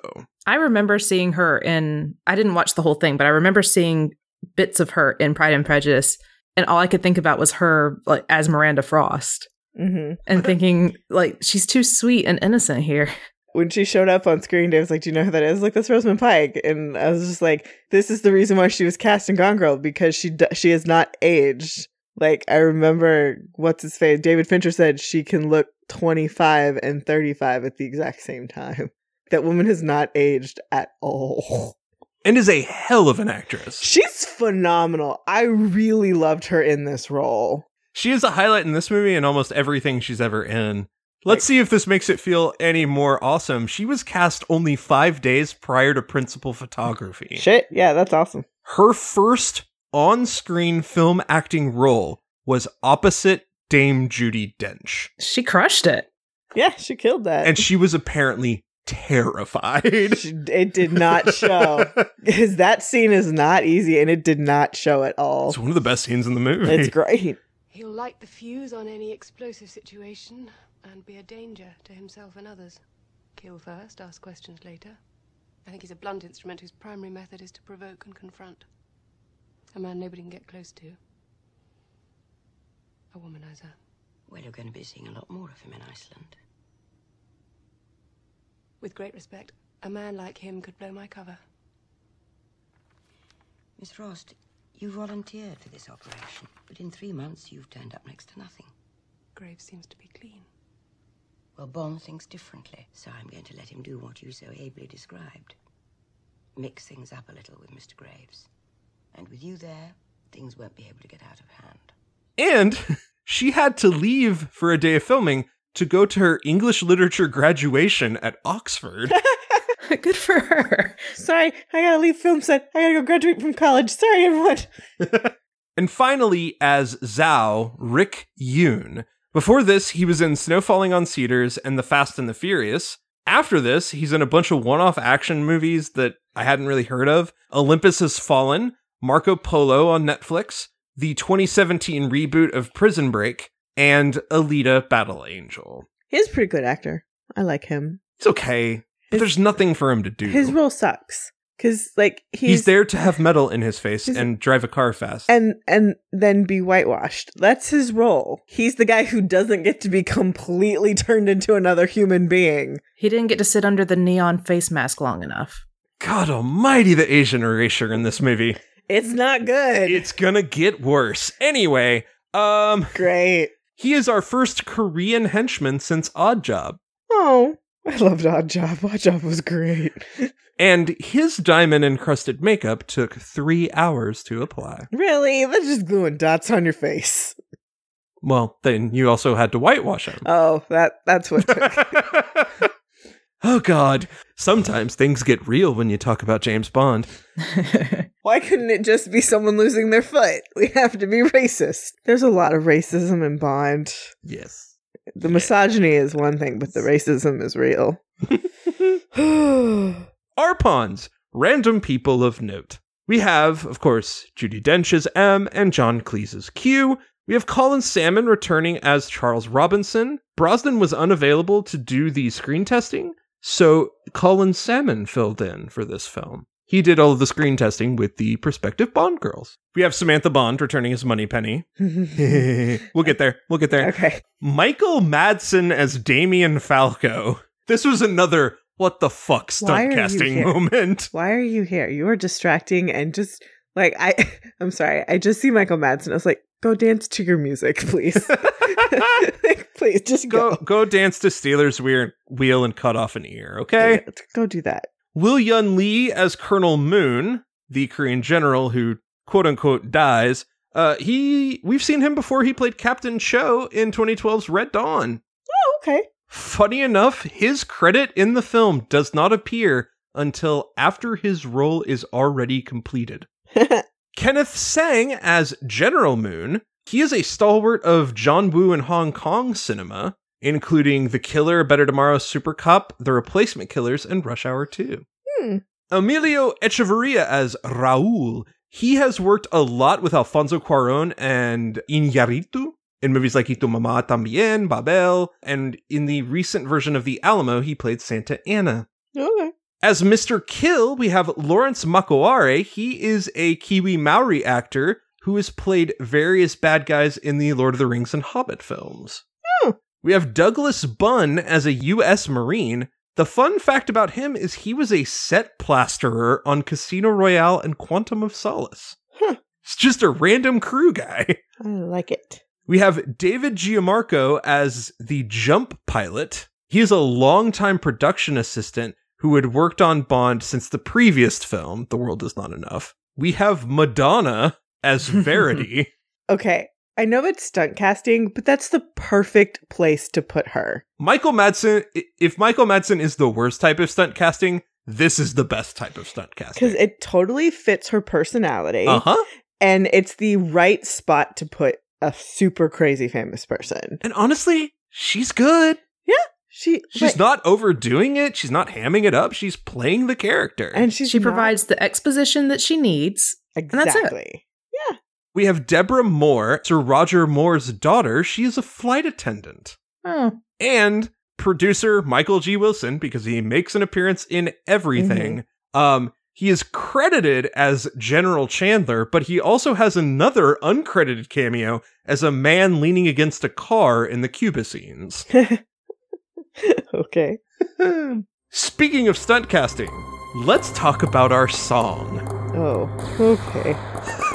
I remember seeing her in, I didn't watch the whole thing, but I remember seeing bits of her in Pride and Prejudice. And all I could think about was her like as Miranda Frost Mm-hmm. and thinking like she's too sweet and innocent here. When she showed up on screen, Dave was like, "Do you know who that is?" Like, that's Rosamund Pike, and I was just like, "This is the reason why she was cast in Gone Girl because she d- she is not aged." Like, I remember what's his face, David Fincher said she can look twenty five and thirty five at the exact same time. That woman has not aged at all. And is a hell of an actress. She's phenomenal. I really loved her in this role. She is a highlight in this movie and almost everything she's ever in. Let's see if this makes it feel any more awesome. She was cast only five days prior to principal photography. Shit, yeah, that's awesome. Her first on screen film acting role was opposite Dame Judy Dench. She crushed it. Yeah, she killed that. And she was apparently terrified. She- it did not show. Because that scene is not easy and it did not show at all. it's one of the best scenes in the movie. It's great. He'll light the fuse on any explosive situation and be a danger to himself and others. Kill first, ask questions later. I think he's a blunt instrument whose primary method is to provoke and confront. A man nobody can get close to. A womanizer. Well, you're going to be seeing a lot more of him in Iceland. With great respect, a man like him could blow my cover. Miss Frost, you volunteered for this operation, but in three months you've turned up next to nothing. Graves seems to be clean. Well, Bond thinks differently, so I'm going to let him do what you so ably described. Mix things up a little with Mr. Graves. And with you there, things won't be able to get out of hand. And she had to leave for a day of filming to go to her English literature graduation at Oxford. Good for her. Sorry, I gotta leave film set. I gotta go graduate from college. Sorry, everyone. And finally, as Zhao, Rick Yoon. Before this, he was in Snow Falling on Cedars and The Fast and the Furious. After this, he's in a bunch of one off action movies that I hadn't really heard of Olympus Has Fallen, Marco Polo on Netflix, the 2017 reboot of Prison Break, and Alita Battle Angel. He's a pretty good actor. I like him. It's okay. but His- there's nothing for him to do. His role sucks. Because, like, he's, he's, there to have metal in his face he's- and drive a car fast. And and then be whitewashed. That's his role. He's the guy who doesn't get to be completely turned into another human being. He didn't get to sit under the neon face mask long enough. God almighty, the Asian erasure in this movie. It's not good. It's gonna get worse. Anyway, Um, Great. he is our first Korean henchman since Odd Job, Oh, I loved Odd Job. Odd Job was great. and his diamond encrusted makeup took three hours to apply. Really? That's just gluing dots on your face. Well, then you also had to whitewash him. Oh, that that's what took. oh God! Sometimes things get real when you talk about James Bond. Why couldn't it just be someone losing their foot? We have to be racist. There's a lot of racism in Bond. Yes. The misogyny is one thing, but the racism is real. Arpons, random people of note. We have, of course, Judy Dench's M and John Cleese's Q. We have Colin Salmon returning as Charles Robinson. Brosnan was unavailable to do the screen testing, so Colin Salmon filled in for this film. He did all of the screen testing with the prospective Bond girls. We have Samantha Bond returning as Moneypenny. we'll get there. We'll get there. okay. Michael Madsen as Damien Falco. This was another what the fuck Why are stunt you casting here? moment. Why are you here? You are distracting and just like I I'm sorry. I just see Michael Madsen. I was like, go dance to your music, please. like, please just Go go. go dance to Steelers weir- wheel and cut off an ear, okay? Go do that. Will Yun Lee as Colonel Moon, the Korean general who quote unquote dies. Uh, he we've seen him before. He played Captain Cho in 2012's Red Dawn. Oh, okay. Funny enough, his credit in the film does not appear until after his role is already completed. Kenneth Sang as General Moon. He is a stalwart of John Woo and Hong Kong cinema, including The Killer, Better Tomorrow, Super Cop, The Replacement Killers, and Rush Hour 2. Hmm. Emilio Echeverria as Raul. He has worked a lot with Alfonso Cuaron and Iñárritu in movies like Ito Mama Tambien, Babel, and in the recent version of The Alamo, he played Santa Ana. Okay. As Mr. Kill, we have Lawrence Makoare. He is a Kiwi Maori actor who has played various bad guys in the Lord of the Rings and Hobbit films. Hmm. We have Douglas Bunn as a U.S. Marine. The fun fact about him is he was a set plasterer on Casino Royale and Quantum of Solace. Huh. It's just a random crew guy. I like it. We have David Giamarco as the jump pilot. He is a longtime production assistant who had worked on Bond since the previous film, The World Is Not Enough. We have Madonna as Verity. Okay. I know it's stunt casting, but that's the perfect place to put her. Michael Madsen, i- if Michael Madsen is the worst type of stunt casting, this is the best type of stunt Because casting. it totally fits her personality. Uh-huh. Uh huh. And it's the right spot to put a super crazy famous person. And honestly, she's good. She She's but- not overdoing it. She's not hamming it up. She's playing the character. and she's she not- provides the exposition that she needs. that's it. exactly. We have Deborah Moore, Sir Roger Moore's daughter. She is a flight attendant. Oh, And producer Michael G. Wilson, because he makes an appearance in everything. Um, he is credited as General Chandler, but he also has another uncredited cameo as a man leaning against a car in the Cuba scenes. Okay. Speaking of stunt casting, let's talk about our song. Oh, okay.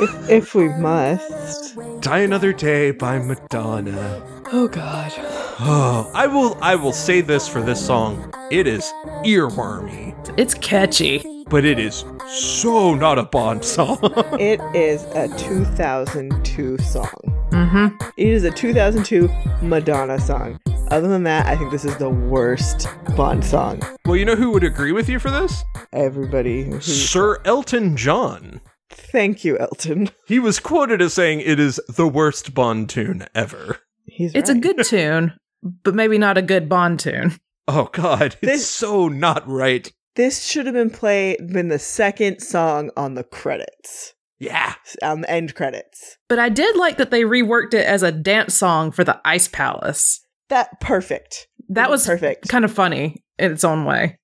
If, if we must. Die Another Day by Madonna. Oh God. Oh, I will I will say this for this song. It is earwormy, it's catchy. but it is so not a Bond song. It is a 2002 song. Mm-hmm. It is a 2002 Madonna song. Other than that, I think this is the worst Bond song. well, you know who would agree with you for this? Everybody. Who, Sir Elton John. thank you, Elton. He was quoted as saying it is the worst Bond tune ever. He's It's a right. good tune, but maybe not a good Bond tune. Oh god, it's This- so not right. This should have been played been the second song on the credits, Yeah. on the end credits. But I did like that they reworked it as a dance song for the Ice Palace. That perfect. That was perfect. kind of funny in its own way.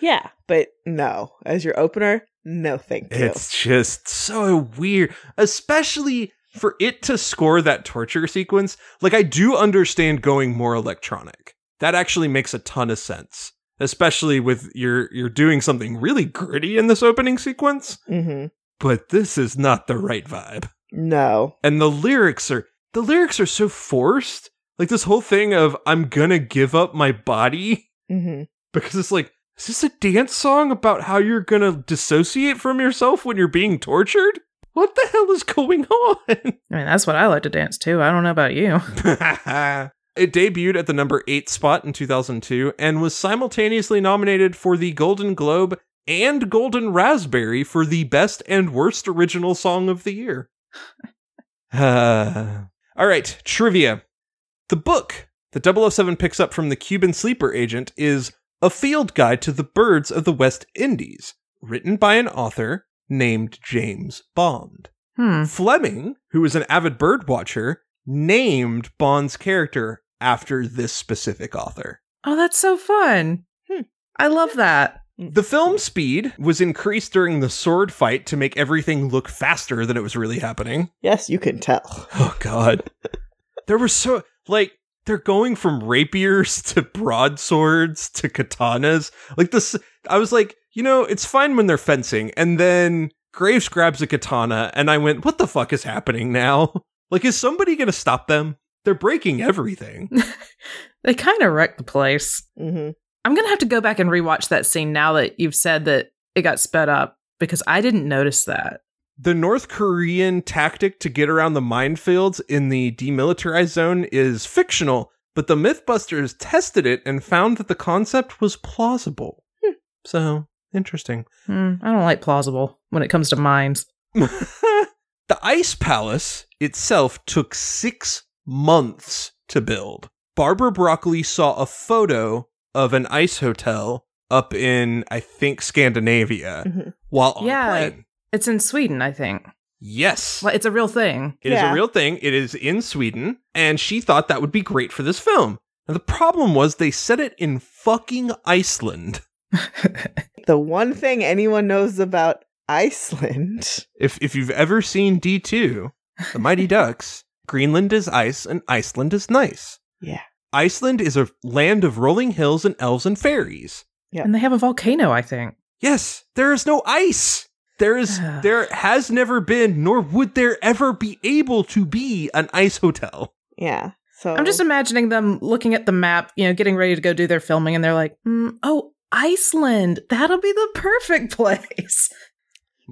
Yeah, but no, as your opener, no, thank you. It's just so weird, especially for it to score that torture sequence. Like, I do understand going more electronic. That actually makes a ton of sense, especially with you're you're doing something really gritty in this opening sequence. hmm But this is not the right vibe. No. and the lyrics are the lyrics are so forced like this whole thing of i'm gonna give up my body hmm because it's like is this a dance song about how you're gonna dissociate from yourself when you're being tortured what the hell is going I mean, that's what I like to dance to. I don't know about you. on it debuted at the number eight spot in 2002 and was simultaneously nominated for the golden globe and golden raspberry for the best and worst original song of the year Uh, all right, trivia. The book that 007 picks up from the Cuban sleeper agent is A Field Guide to the Birds of the West Indies, written by an author named James Bond. Hmm. Fleming, who was an avid bird watcher, named Bond's character after this specific author. Oh, that's so fun. Hmm. I love that. Mm. The film speed was increased during the sword fight to make everything look faster than it was really happening. Yes, you can tell. Oh god. there were so like they're going from rapiers to broadswords to katanas. Like this I was like, you know, it's fine when they're fencing and then Graves grabs a katana and I went, "What the fuck is happening now?" Like is somebody going to stop them? They're breaking everything. They kind of wrecked the place. hmm I'm going to have to go back and rewatch that scene now that you've said that it got sped up because I didn't notice that. the North Korean tactic to get around the minefields in the demilitarized zone is fictional, but the Mythbusters tested it and found that the concept was plausible. So, interesting. Hmm, I don't like plausible when it comes to mines. the Ice Palace itself took six months to build. Barbara Broccoli saw a photo of an ice hotel up in, I think, Scandinavia Mhm. while on Yeah. a plane. It's in Sweden, I think. Yes. Like, it's a real thing. It is Yeah. a real thing. It is in Sweden, and she thought that would be great for this film. And the problem was they set it in fucking Iceland. The one thing anyone knows about Iceland. If if you've ever seen D2, The Mighty Ducks, Greenland is ice and Iceland is nice. Yeah. Iceland is a land of rolling hills and elves and fairies. And they have a volcano, I think. Yes, there is no ice. There is there has never been nor would there ever be able to be an ice hotel. Yeah. So I'm just imagining them looking at the map, you know, getting ready to go do their filming, and they're like, "Hmm, oh, Iceland, that'll be the perfect place.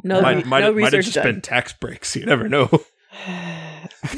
no, re- no research done. tax breaks. You never know.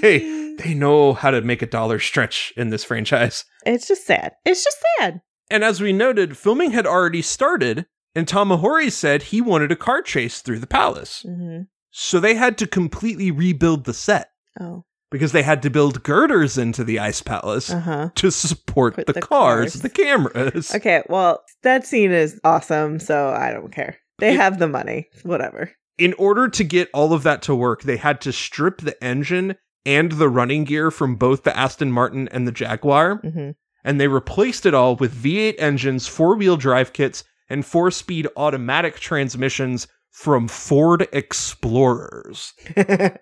they they know how to make a dollar stretch in this franchise. It's just sad. It's just sad. And as we noted, filming had already started, and Tamahori said he wanted a car chase through the palace. hmm So they had to completely rebuild the set Oh. because they had to build girders into the ice palace Uh huh. to support Put the, the cars, cars. the cameras. Okay. Well, that scene is awesome. So I don't care. They It- have the money. Whatever. in order to get all of that to work, they had to strip the engine and the running gear from both the Aston Martin and the Jaguar, hmm and they replaced it all with V8 engines, four wheel drive kits, and four speed automatic transmissions from Ford Explorers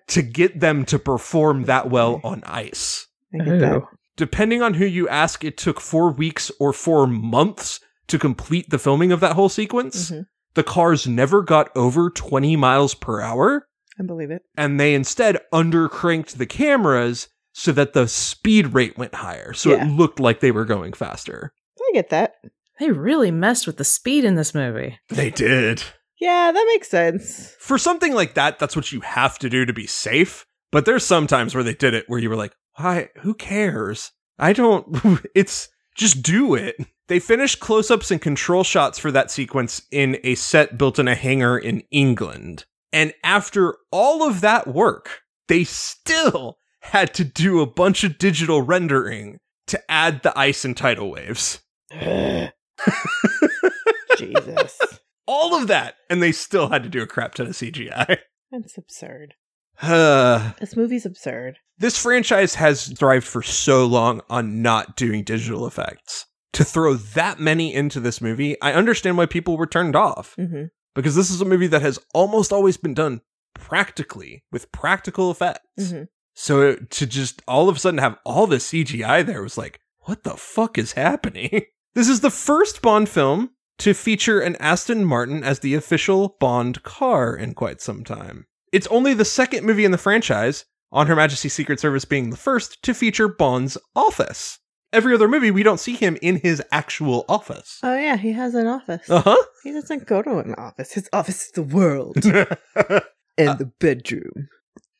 to get them to perform that well on ice. I get that. Depending on who you ask, it took four weeks or four months to complete the filming of that whole sequence. Mhm. The cars never got over 20 miles per hour I believe it. and they instead undercranked the cameras so that the speed rate went higher. So Yeah. it looked like they were going faster. I get that. They really messed with the speed in this movie. They did. Yeah, that makes sense. For something like that, that's what you have to do to be safe. But there's some times where they did it where you were like, why? Who cares? I don't. It's just do it. They finished close ups and control shots for that sequence in a set built in a hangar in England. And after all of that work, they still had to do a bunch of digital rendering to add the ice and tidal waves. Jesus, All of that. And they still had to do a crap ton of CGI. that's absurd. Uh, This movie's absurd. this franchise has thrived for so long on not doing digital effects. To throw that many into this movie, I understand why people were turned off hmm because this is a movie that has almost always been done practically with practical effects. Mhm. So to just all of a sudden have all the CGI there was like, what the fuck is happening? this is the first Bond film to feature an Aston Martin as the official Bond car in quite some time. It's only the second movie in the franchise, On Her Majesty's Secret Service being the first, to feature Bond's office. Every other movie, we don't see him in his actual office. Oh yeah, he has an office. Uh huh. He doesn't go to an office. His office is the world Uh-huh. and the bedroom.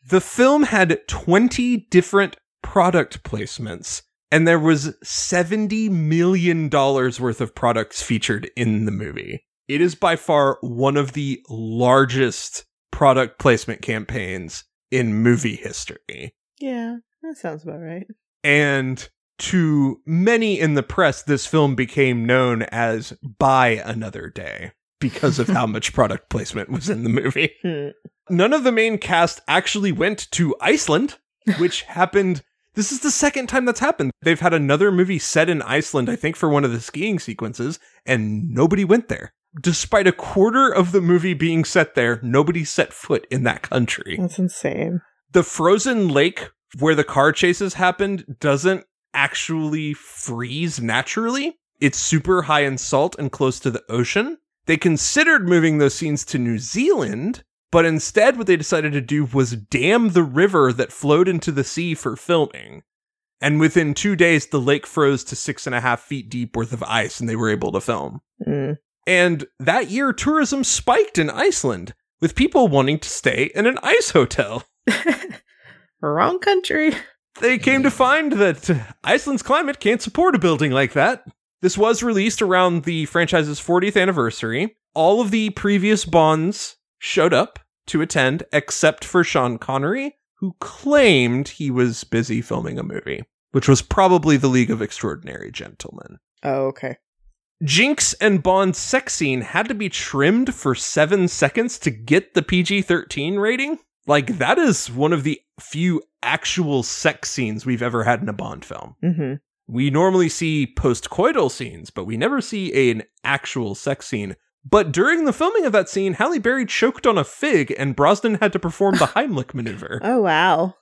The film had 20 different product placements, and there was $70 million worth of products featured in the movie. It is by far one of the largest product placement campaigns in movie history. Yeah, that sounds about right. And to many in the press, this film became known as Buy Another Day because of how much product placement was in the movie. Hmm. None of the main cast actually went to Iceland, which happened. This is the second time that's happened. They've had another movie set in Iceland, I think, for one of the skiing sequences, and nobody went there. Despite a quarter of the movie being set there, nobody set foot in that country That's insane. the frozen lake where the car chases happened doesn't actually freeze naturally. It's super high in salt and close to the ocean. They considered moving those scenes to New Zealand, but instead, what they decided to do was dam the river that flowed into the sea for filming. And within two days, the lake froze to six and a half feet deep worth of ice, and they were able to film. Mm. And that year, tourism spiked in Iceland, with people wanting to stay in an ice hotel. Wrong country. They came to find that Iceland's climate can't support a building like that. This was released around the franchise's 40th anniversary. All of the previous Bonds showed up to attend, except for Sean Connery, who claimed he was busy filming a movie, which was probably The League of Extraordinary Gentlemen. Oh, okay. Jinx and Bond's sex scene had to be trimmed for seven seconds to get the PG 13 rating. Like, that is one of the few actual sex scenes we've ever had in a Bond film. hmm We normally see post coital scenes, but we never see an actual sex scene. But during the filming of that scene, Halle Berry choked on a fig and Brosnan had to perform the Heimlich maneuver. Oh wow.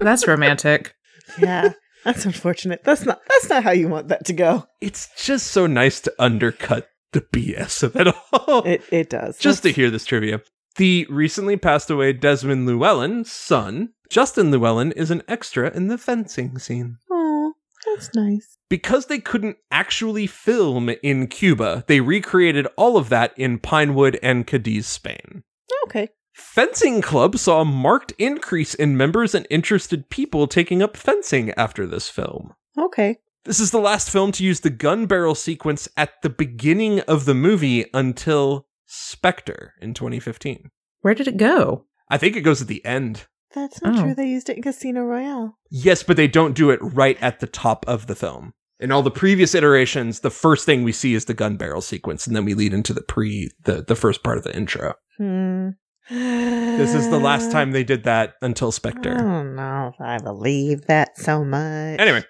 That's romantic. Yeah, that's unfortunate. That's not. That's not how you want that to go. It's just so nice to undercut the BS of it all. It it does. just to That's- hear this trivia. The recently passed away Desmond Llewellyn, son, Justin Llewellyn, is an extra in the fencing scene. Aw, that's nice. Because they couldn't actually film in Cuba, they recreated all of that in Pinewood and Cadiz, Spain. Okay. Fencing Club saw a marked increase in members and interested people taking up fencing after this film. Okay. This is the last film to use the gun barrel sequence at the beginning of the movie until Spectre in 2015. Where did it go? I think it goes at the end. That's not Oh. true. They used it in Casino Royale. Yes, but they don't do it right at the top of the film. In all the previous iterations, the first thing we see is the gun barrel sequence, and then we lead into the pre the, the first part of the intro. Hmm. This This is the last time they did that until Spectre. I don't know if Oh, I believe that so much. Anyway,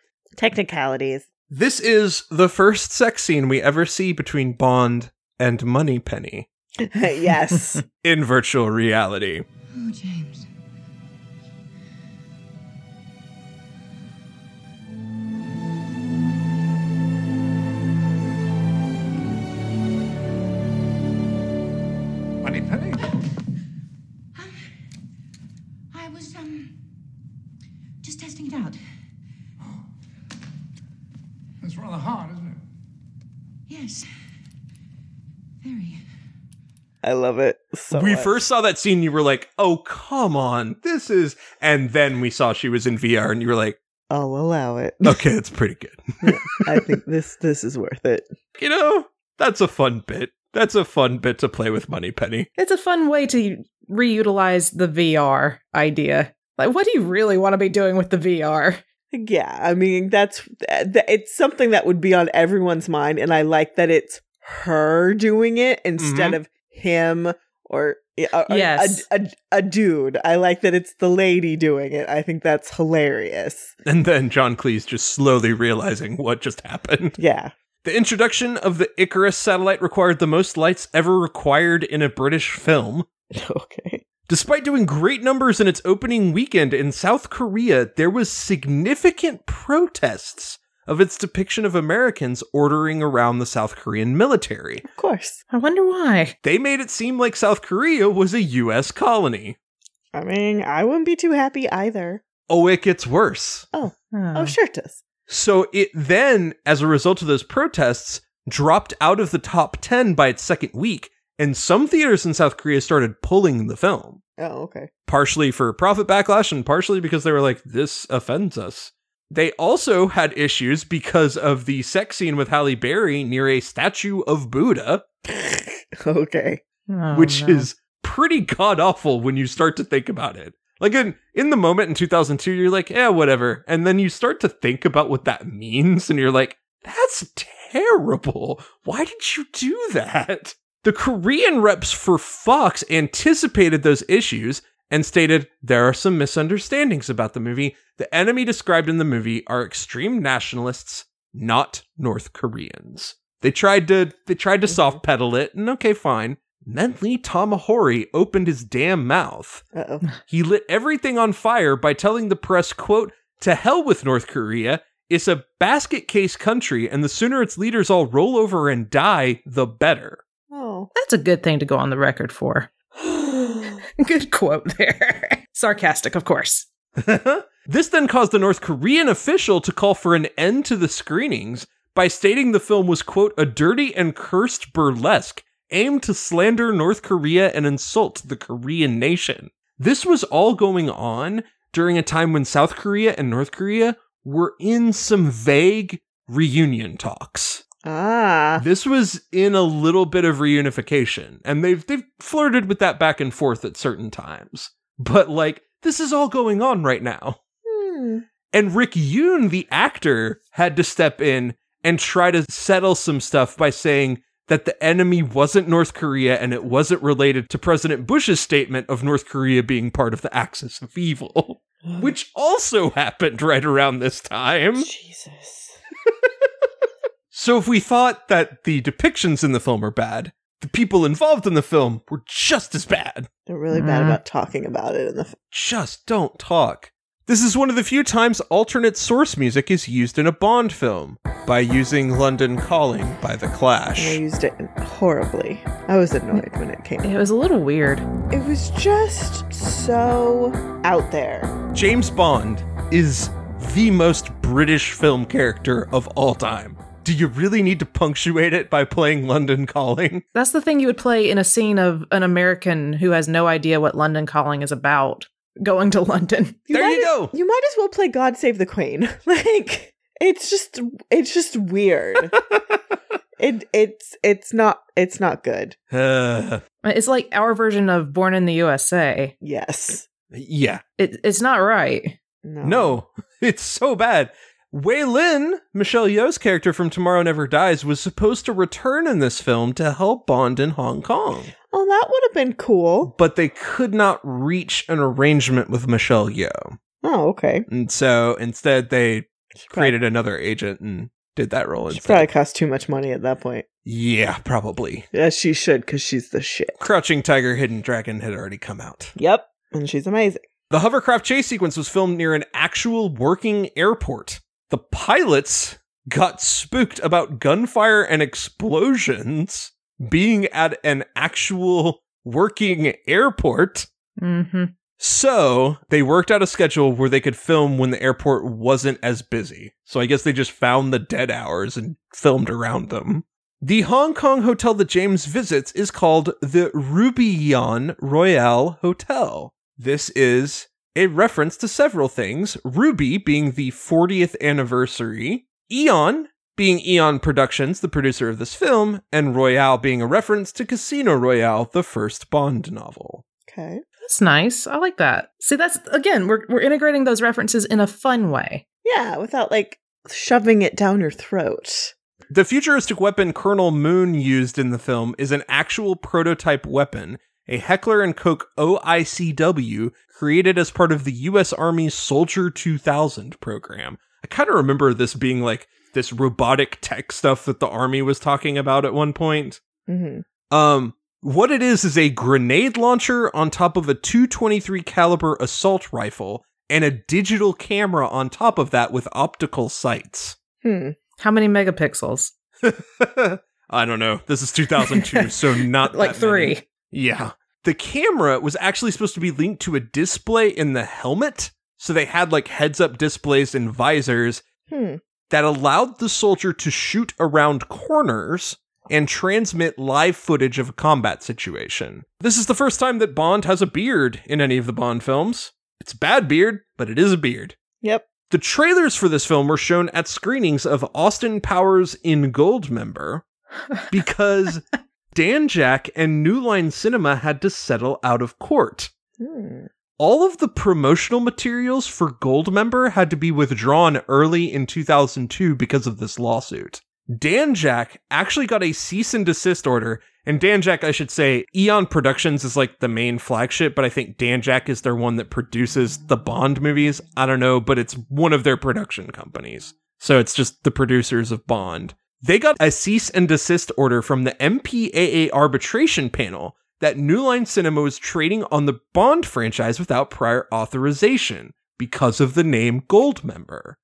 technicalities. this is the first sex scene we ever see between Bond and Moneypenny yes. in virtual reality. Oh, James. Moneypenny? I was, um, just testing it out. That's rather hard, isn't it? Yes. Very. I love it so we much. first saw that scene, you were like, "Oh, come on, this is," and then we saw she was in VR, and you were like, I'll allow it. "Okay, that's pretty good." I think this this is worth it. you know, that's a fun bit. That's a fun bit to play with Money Penny. It's a fun way to reutilize the VR idea. Like, what do you really want to be doing with the VR? Yeah, I mean that's eh, th- th- it's something that would be on everyone's mind, and I like that it's her doing it instead of him or, yeah, or- or Yes. a, a, a dude. I like that it's the lady doing it. I think that's hilarious. And then John Cleese just slowly realizing what just happened. Yeah, The introduction of the Icarus satellite required the most lights ever required in a British film. okay. Despite doing great numbers in its opening weekend in South Korea, there was significant protests of its depiction of Americans ordering around the South Korean military. Of course, I wonder why. They made it seem like South Korea was a US colony. I mean, I wouldn't be too happy either. Oh, it gets worse. Oh, oh, sure it does. So it then, as a result of those protests, dropped out of the top 10 by its second week, and some theaters in South Korea started pulling the film, Oh, okay. partially for profit backlash and partially because they were like, this offends us. They also had issues because of the sex scene with Halle Berry near a statue of Buddha, Okay. Oh, which no. is pretty god awful when you start to think about it. Like in, in the moment in 2002, you're like, yeah, whatever. And then you start to think about what that means, and you're like, that's terrible. Why did you do that? The Korean reps for Fox anticipated those issues and stated there are some misunderstandings about the movie. The enemy described in the movie are extreme nationalists, not North Koreans. They tried to they tried Mm-hmm. to soft pedal it, and okay, fine. And then Lee Tomahori opened his damn mouth. Uh oh. He lit everything on fire by telling the press, quote, to hell with North Korea. It's a basket case country, and the sooner its leaders all roll over and die, the better. Oh. That's a good thing to go on the record for. Good quote there. Sarcastic, of course. this then caused the North Korean official to call for an end to the screenings by stating the film was, quote, a dirty and cursed burlesque aimed to slander North Korea and insult the Korean nation. This was all going on during a time when South Korea and North Korea were in some vague reunion talks. Ah. This was in a little bit of reunification, and they've they've flirted with that back and forth at certain times. But like, this is all going on right now. Hmm. And Rick Yoon, the actor, had to step in and try to settle some stuff by saying that the enemy wasn't North Korea and it wasn't related to President Bush's statement of North Korea being part of the axis of evil, which also happened right around this time. Jesus. So if we thought that the depictions in the film are bad, the people involved in the film were just as bad. They're really bad Mm. about talking about it in the. Just don't talk. This is one of the few times alternate source music is used in a Bond film by using London Calling by The And I Clash. used it horribly. I was annoyed when it came. It was a little weird. It was just so out there. James Bond is the most British film character of all time. Do you really need to punctuate it by playing London Calling? That's the thing you would play in a scene of an American who has no idea what London calling is about going to London. there might you go. You might as well play God Save the Queen. Like it's just it's just weird. it it's it's not it's not good. Uh, It's like our version of Born in the USA. Yes. yeah. It, it's not right. No. No, it's so bad. Wei Lin, Michelle Yeoh's character from Tomorrow Never Dies, was supposed to return in this film to help Bond in Hong Kong, Oh, that would have been cool. but they could not reach an arrangement with Michelle Yeoh, Oh, okay. and so instead they She created another agent and did that role Probably, she instead. probably cost too much money at that point. yeah, probably. Yeah, she should because she's the shit. Crouching Tiger, Hidden Dragon had already come out. Yep. And she's amazing. The hovercraft chase sequence was filmed near an actual working airport. The pilots got spooked about gunfire and explosions being at an actual working airport. hmm So they worked out a schedule where they could film when the airport wasn't as busy. So I guess they just found the dead hours and filmed around them. The Hong Kong hotel that James visits is called the Rubion Royale Hotel. This is a reference to several things Ruby being the 40th anniversary, Eon being Eon Productions, the producer of this film, and Royale being a reference to Casino Royale, the first Bond novel. Okay. That's nice. I like that. See, that's again, we're we're integrating those references in a fun way. Yeah, without like shoving it down your throat. The futuristic weapon Colonel Moon used in the film is an actual prototype weapon, a Heckler and Koch OICW created as part of the US Army's Soldier 2000 program. I kind of remember this being like this robotic tech stuff that the army was talking about at one point. hmm Um, what it is is a grenade launcher on top of a 223 caliber assault rifle and a digital camera on top of that with optical sights. Hmm. How many megapixels? I don't know. This is 2002, so not like that many. three. Yeah. the camera was actually supposed to be linked to a display in the helmet. So they had like heads up displays and visors Hmm. that allowed the soldier to shoot around corners and transmit live footage of a combat situation. This is the first time that Bond has a beard in any of the Bond films. It's a bad beard, but it is a beard. Yep. The trailers for this film were shown at screenings of Austin Powers in Goldmember because Dan Jack and New Line Cinema had to settle out of court. Hmm. All of the promotional materials for Goldmember had to be withdrawn early in 2002 because of this lawsuit. Dan Jack actually got a cease and desist order. And Dan Jack, I should say, Eon Productions is like the main flagship, but I think Dan Jack is their one that produces the Bond movies. I don't know, but it's one of their production companies. So it's just the producers of Bond. They got a cease and desist order from the MPAA arbitration panel that New Line Cinema was trading on the Bond franchise without prior authorization because of the name Goldmember.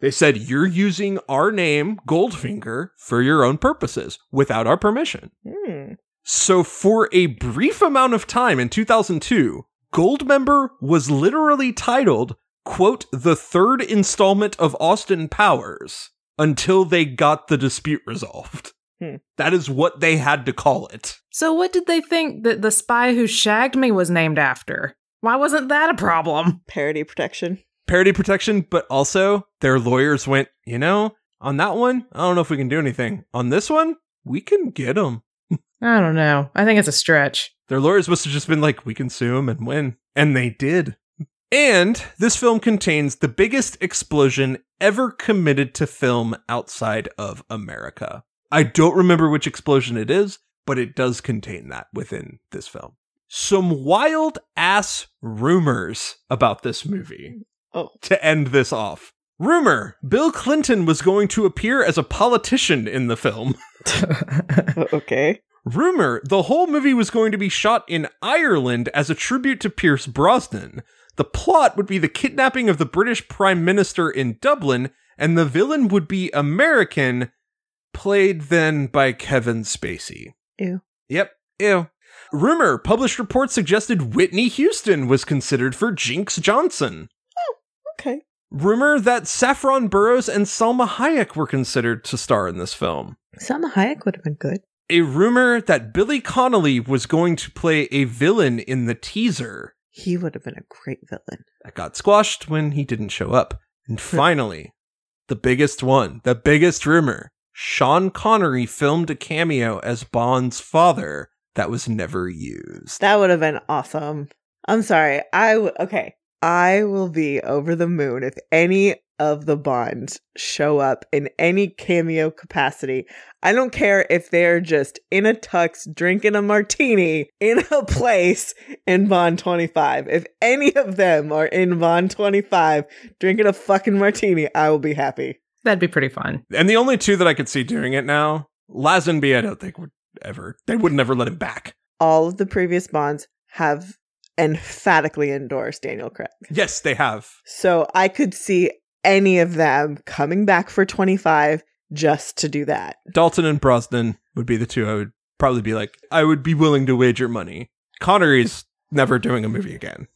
They said, You're using our name, Goldfinger, for your own purposes without our permission. Hmm. So, for a brief amount of time in 2002, Goldmember was literally titled, quote, the third installment of Austin Powers until they got the dispute resolved. Hmm. That is what they had to call it. So, what did they think that the spy who shagged me was named after? Why wasn't that a problem? Parody protection. Parody protection, but also their lawyers went, you know, on that one, I don't know if we can do anything. On this one, we can get them. I don't know. I think it's a stretch. Their lawyers must have just been like, we can sue him and win. And they did. And this film contains the biggest explosion ever committed to film outside of America. I don't remember which explosion it is, but it does contain that within this film. Some wild ass rumors about this movie Oh. to end this off. Rumor Bill Clinton was going to appear as a politician in the film. O- Okay. Rumor the whole movie was going to be shot in Ireland as a tribute to Pierce Brosnan. The plot would be the kidnapping of the British Prime Minister in Dublin, and the villain would be American, played then by Kevin Spacey. Ew. Yep, ew. Rumor published reports suggested Whitney Houston was considered for Jinx Johnson. Okay. Rumor that Saffron Burrows and Salma Hayek were considered to star in this film Salma Hayek would have been good. a rumor that Billy Connolly was going to play a villain in the teaser He would have been a great villain. that got squashed when he didn't show up. And finally, the biggest one, the biggest rumor Sean Connery filmed a cameo as Bond's father that was never used. That would have been awesome. I'm sorry. I w- okay. I will be over the moon if any of the Bonds show up in any cameo capacity. I don't care if they're just in a tux drinking a martini in a place in Bond 25. If any of them are in Bond 25 drinking a fucking martini, I will be happy. That'd be pretty fun. And the only two that I could see doing it now, Lazenby, I don't think would ever, they would never let him back. All of the previous Bonds have emphatically endorsed Daniel Craig. Yes, they have. So I could see any of them coming back for 25 just to do that. Dalton and Brosnan would be the two I would probably be like, I would be willing to wager money. Connery's never doing a movie again.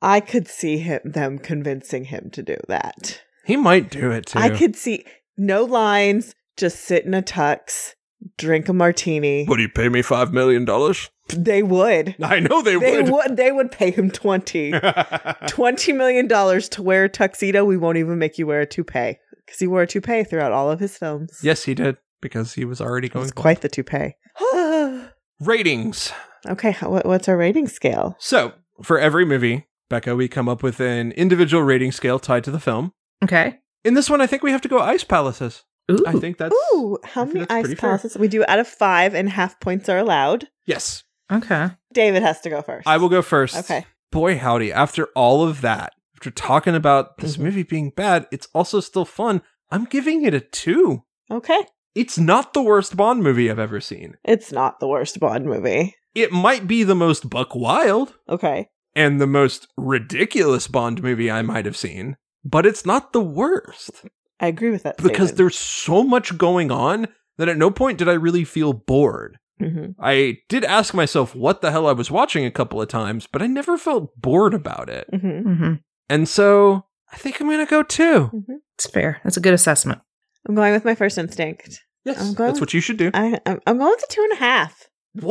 I could see him them convincing him to do that. He might do it too. I could see no lines, just sit in a tux, drink a martini. Would he pay me $5 million? They would. I know they, They would. would they would pay him 20. 20 million dollars to wear a tuxedo. We won't even make you wear a toupee cuz he wore a toupee throughout all of his films. yes, he did because he was already It going. was quite the toupee. Ratings. okay, how, what, what's our rating scale? So, for every movie, Becca, we come up with an individual rating scale tied to the film. Okay. In this one, I think we have to go Ice Palaces. Ooh. I think that's. Ooh, how I think many that's ice pretty fair. palaces? We do out of five, and half points are allowed. Yes. Okay. David has to go first. I will go first. Okay. Boy, howdy. After all of that, after talking about this Mhm. movie being bad, it's also still fun. I'm giving it a two. Okay. It's not the worst Bond movie I've ever seen. It's not the worst Bond movie. It might be the most buck wild Okay. and the most ridiculous Bond movie I might have seen, but it's not the worst I agree with that. because statement. there's so much going on that at no point did I really feel bored. hmm I did ask myself what the hell I was watching a couple of times, but I never felt bored about it. hmm Mm-hmm. And so I think I'm going to go too. It's fair. That's a good assessment. I'm going with my first instinct. Yes. I'm going- That's what you should do. I, I'm, I'm going with the two and a half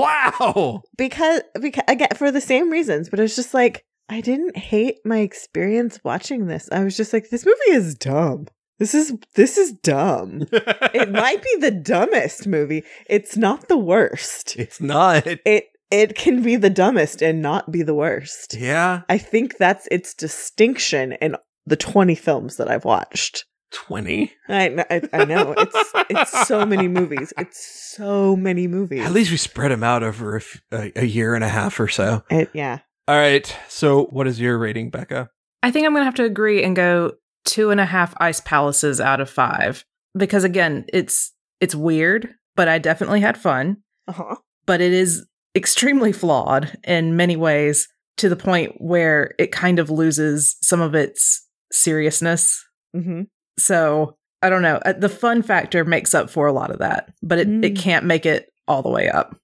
wow. because, because again for the same reasons. But it's just like I didn't hate my experience watching this. I was just like, this movie is dumb. This is this is dumb. it might be the dumbest movie. It's not the worst. It's not. It it can be the dumbest and not be the worst. Yeah. I think that's its distinction in the 20 films that I've watched. 20. I, kn- I, I know it's it's so many movies. It's so many movies. At least we spread them out over a, f- a- a year and a half or so. It- yeah. All right. So, what is your rating, Becca? I think I'm going to have to agree and go two and a half ice palaces out of five because again, it's it's weird, but I definitely had fun. Uh-huh. But it is extremely flawed in many ways to the point where it kind of loses some of its seriousness. hmm So I don't know. Uh, The fun factor makes up for a lot of that, but it, it Mm. can't make it all the way up.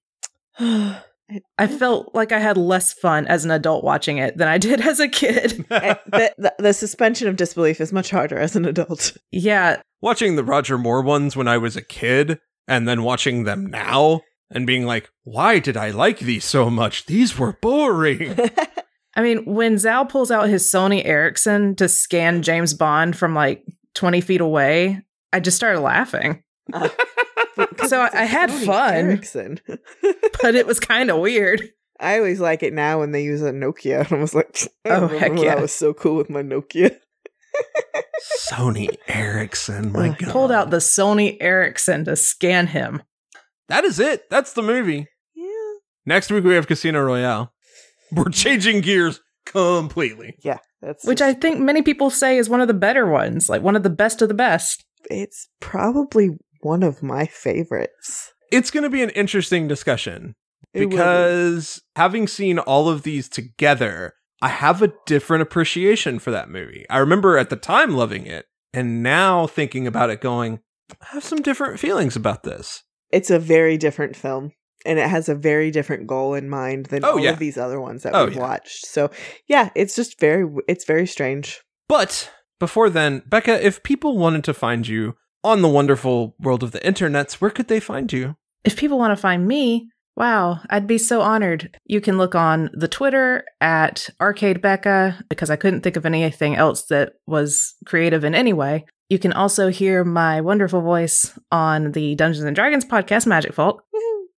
I felt like I had less fun as an adult watching it than I did as a kid. the, the, the suspension of disbelief is much harder as an adult. yeah, watching the Roger Moore ones when I was a kid and then watching them now and being like, why did I like these so much? These were boring. Uh, I mean, when Zal pulls out his Sony Ericsson to scan James Bond from like 20 feet away, I just started laughing. So I- I had Sony fun. Ericsson. But it was kind of weird. I always like it now when they use a Nokia. I was like, I Oh, remember heck when yeah. That was so cool with my Nokia. Sony Ericsson, my Ugh, God. Pulled out the Sony Ericsson to scan him. That is it. That's the movie. Yeah. Next week we have Casino Royale. We're changing gears completely. Yeah. That's Which I just- think many people say is one of the better ones, like one of the best of the best. it's probably one of my favorites. It's going to be an interesting discussion It will be. because having seen all of these together, I have a different appreciation for that movie. I remember at the time loving it, and now thinking about it, going, I have some different feelings about this. it's a very different film and it has a very different goal in mind than Oh, all yeah. of these other ones that Oh, we've yeah. watched. So, yeah, it's just very it's very strange. But before then, Becca, if people wanted to find you on the wonderful world of the internets, where could they find you? If people want to find me, wow, I'd be so honored. You can look on the Twitter at Arcade Becca because I couldn't think of anything else that was creative in any way. You can also hear my wonderful voice on the Dungeons and Dragons podcast, Magic Folk.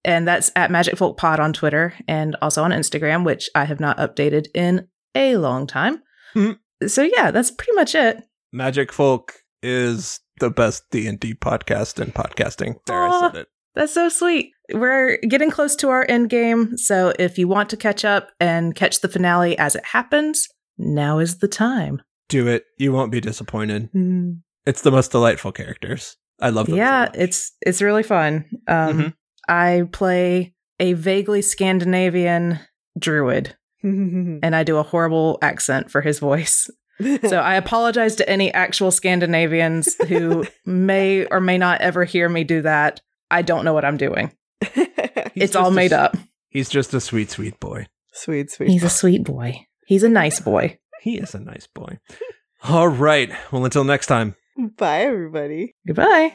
And that's at Magic Folk Pod on Twitter and also on Instagram, which I have not updated in a long time. Mhm. So yeah, that's pretty much it. Magic Folk is the best D&D podcast in podcasting. There, I said it. That's so sweet. We're getting close to our end game. So if you want to catch up and catch the finale as it happens, now is the time. Do it. You won't be disappointed. Hmm. It's the most delightful characters. I love them. so yeah, much. it's it's really fun. Um, Mhm. I play a vaguely Scandinavian druid, and I do a horrible accent for his voice. So I apologize to any actual Scandinavians who may or may not ever hear me do that. I don't know what I'm doing. He's it's all just a made s- up. He's just a sweet, sweet boy. sweet, sweet. He's a sweet boy. He's a nice boy. He is a nice boy. All right. Well, until next time. Bye everybody. Goodbye.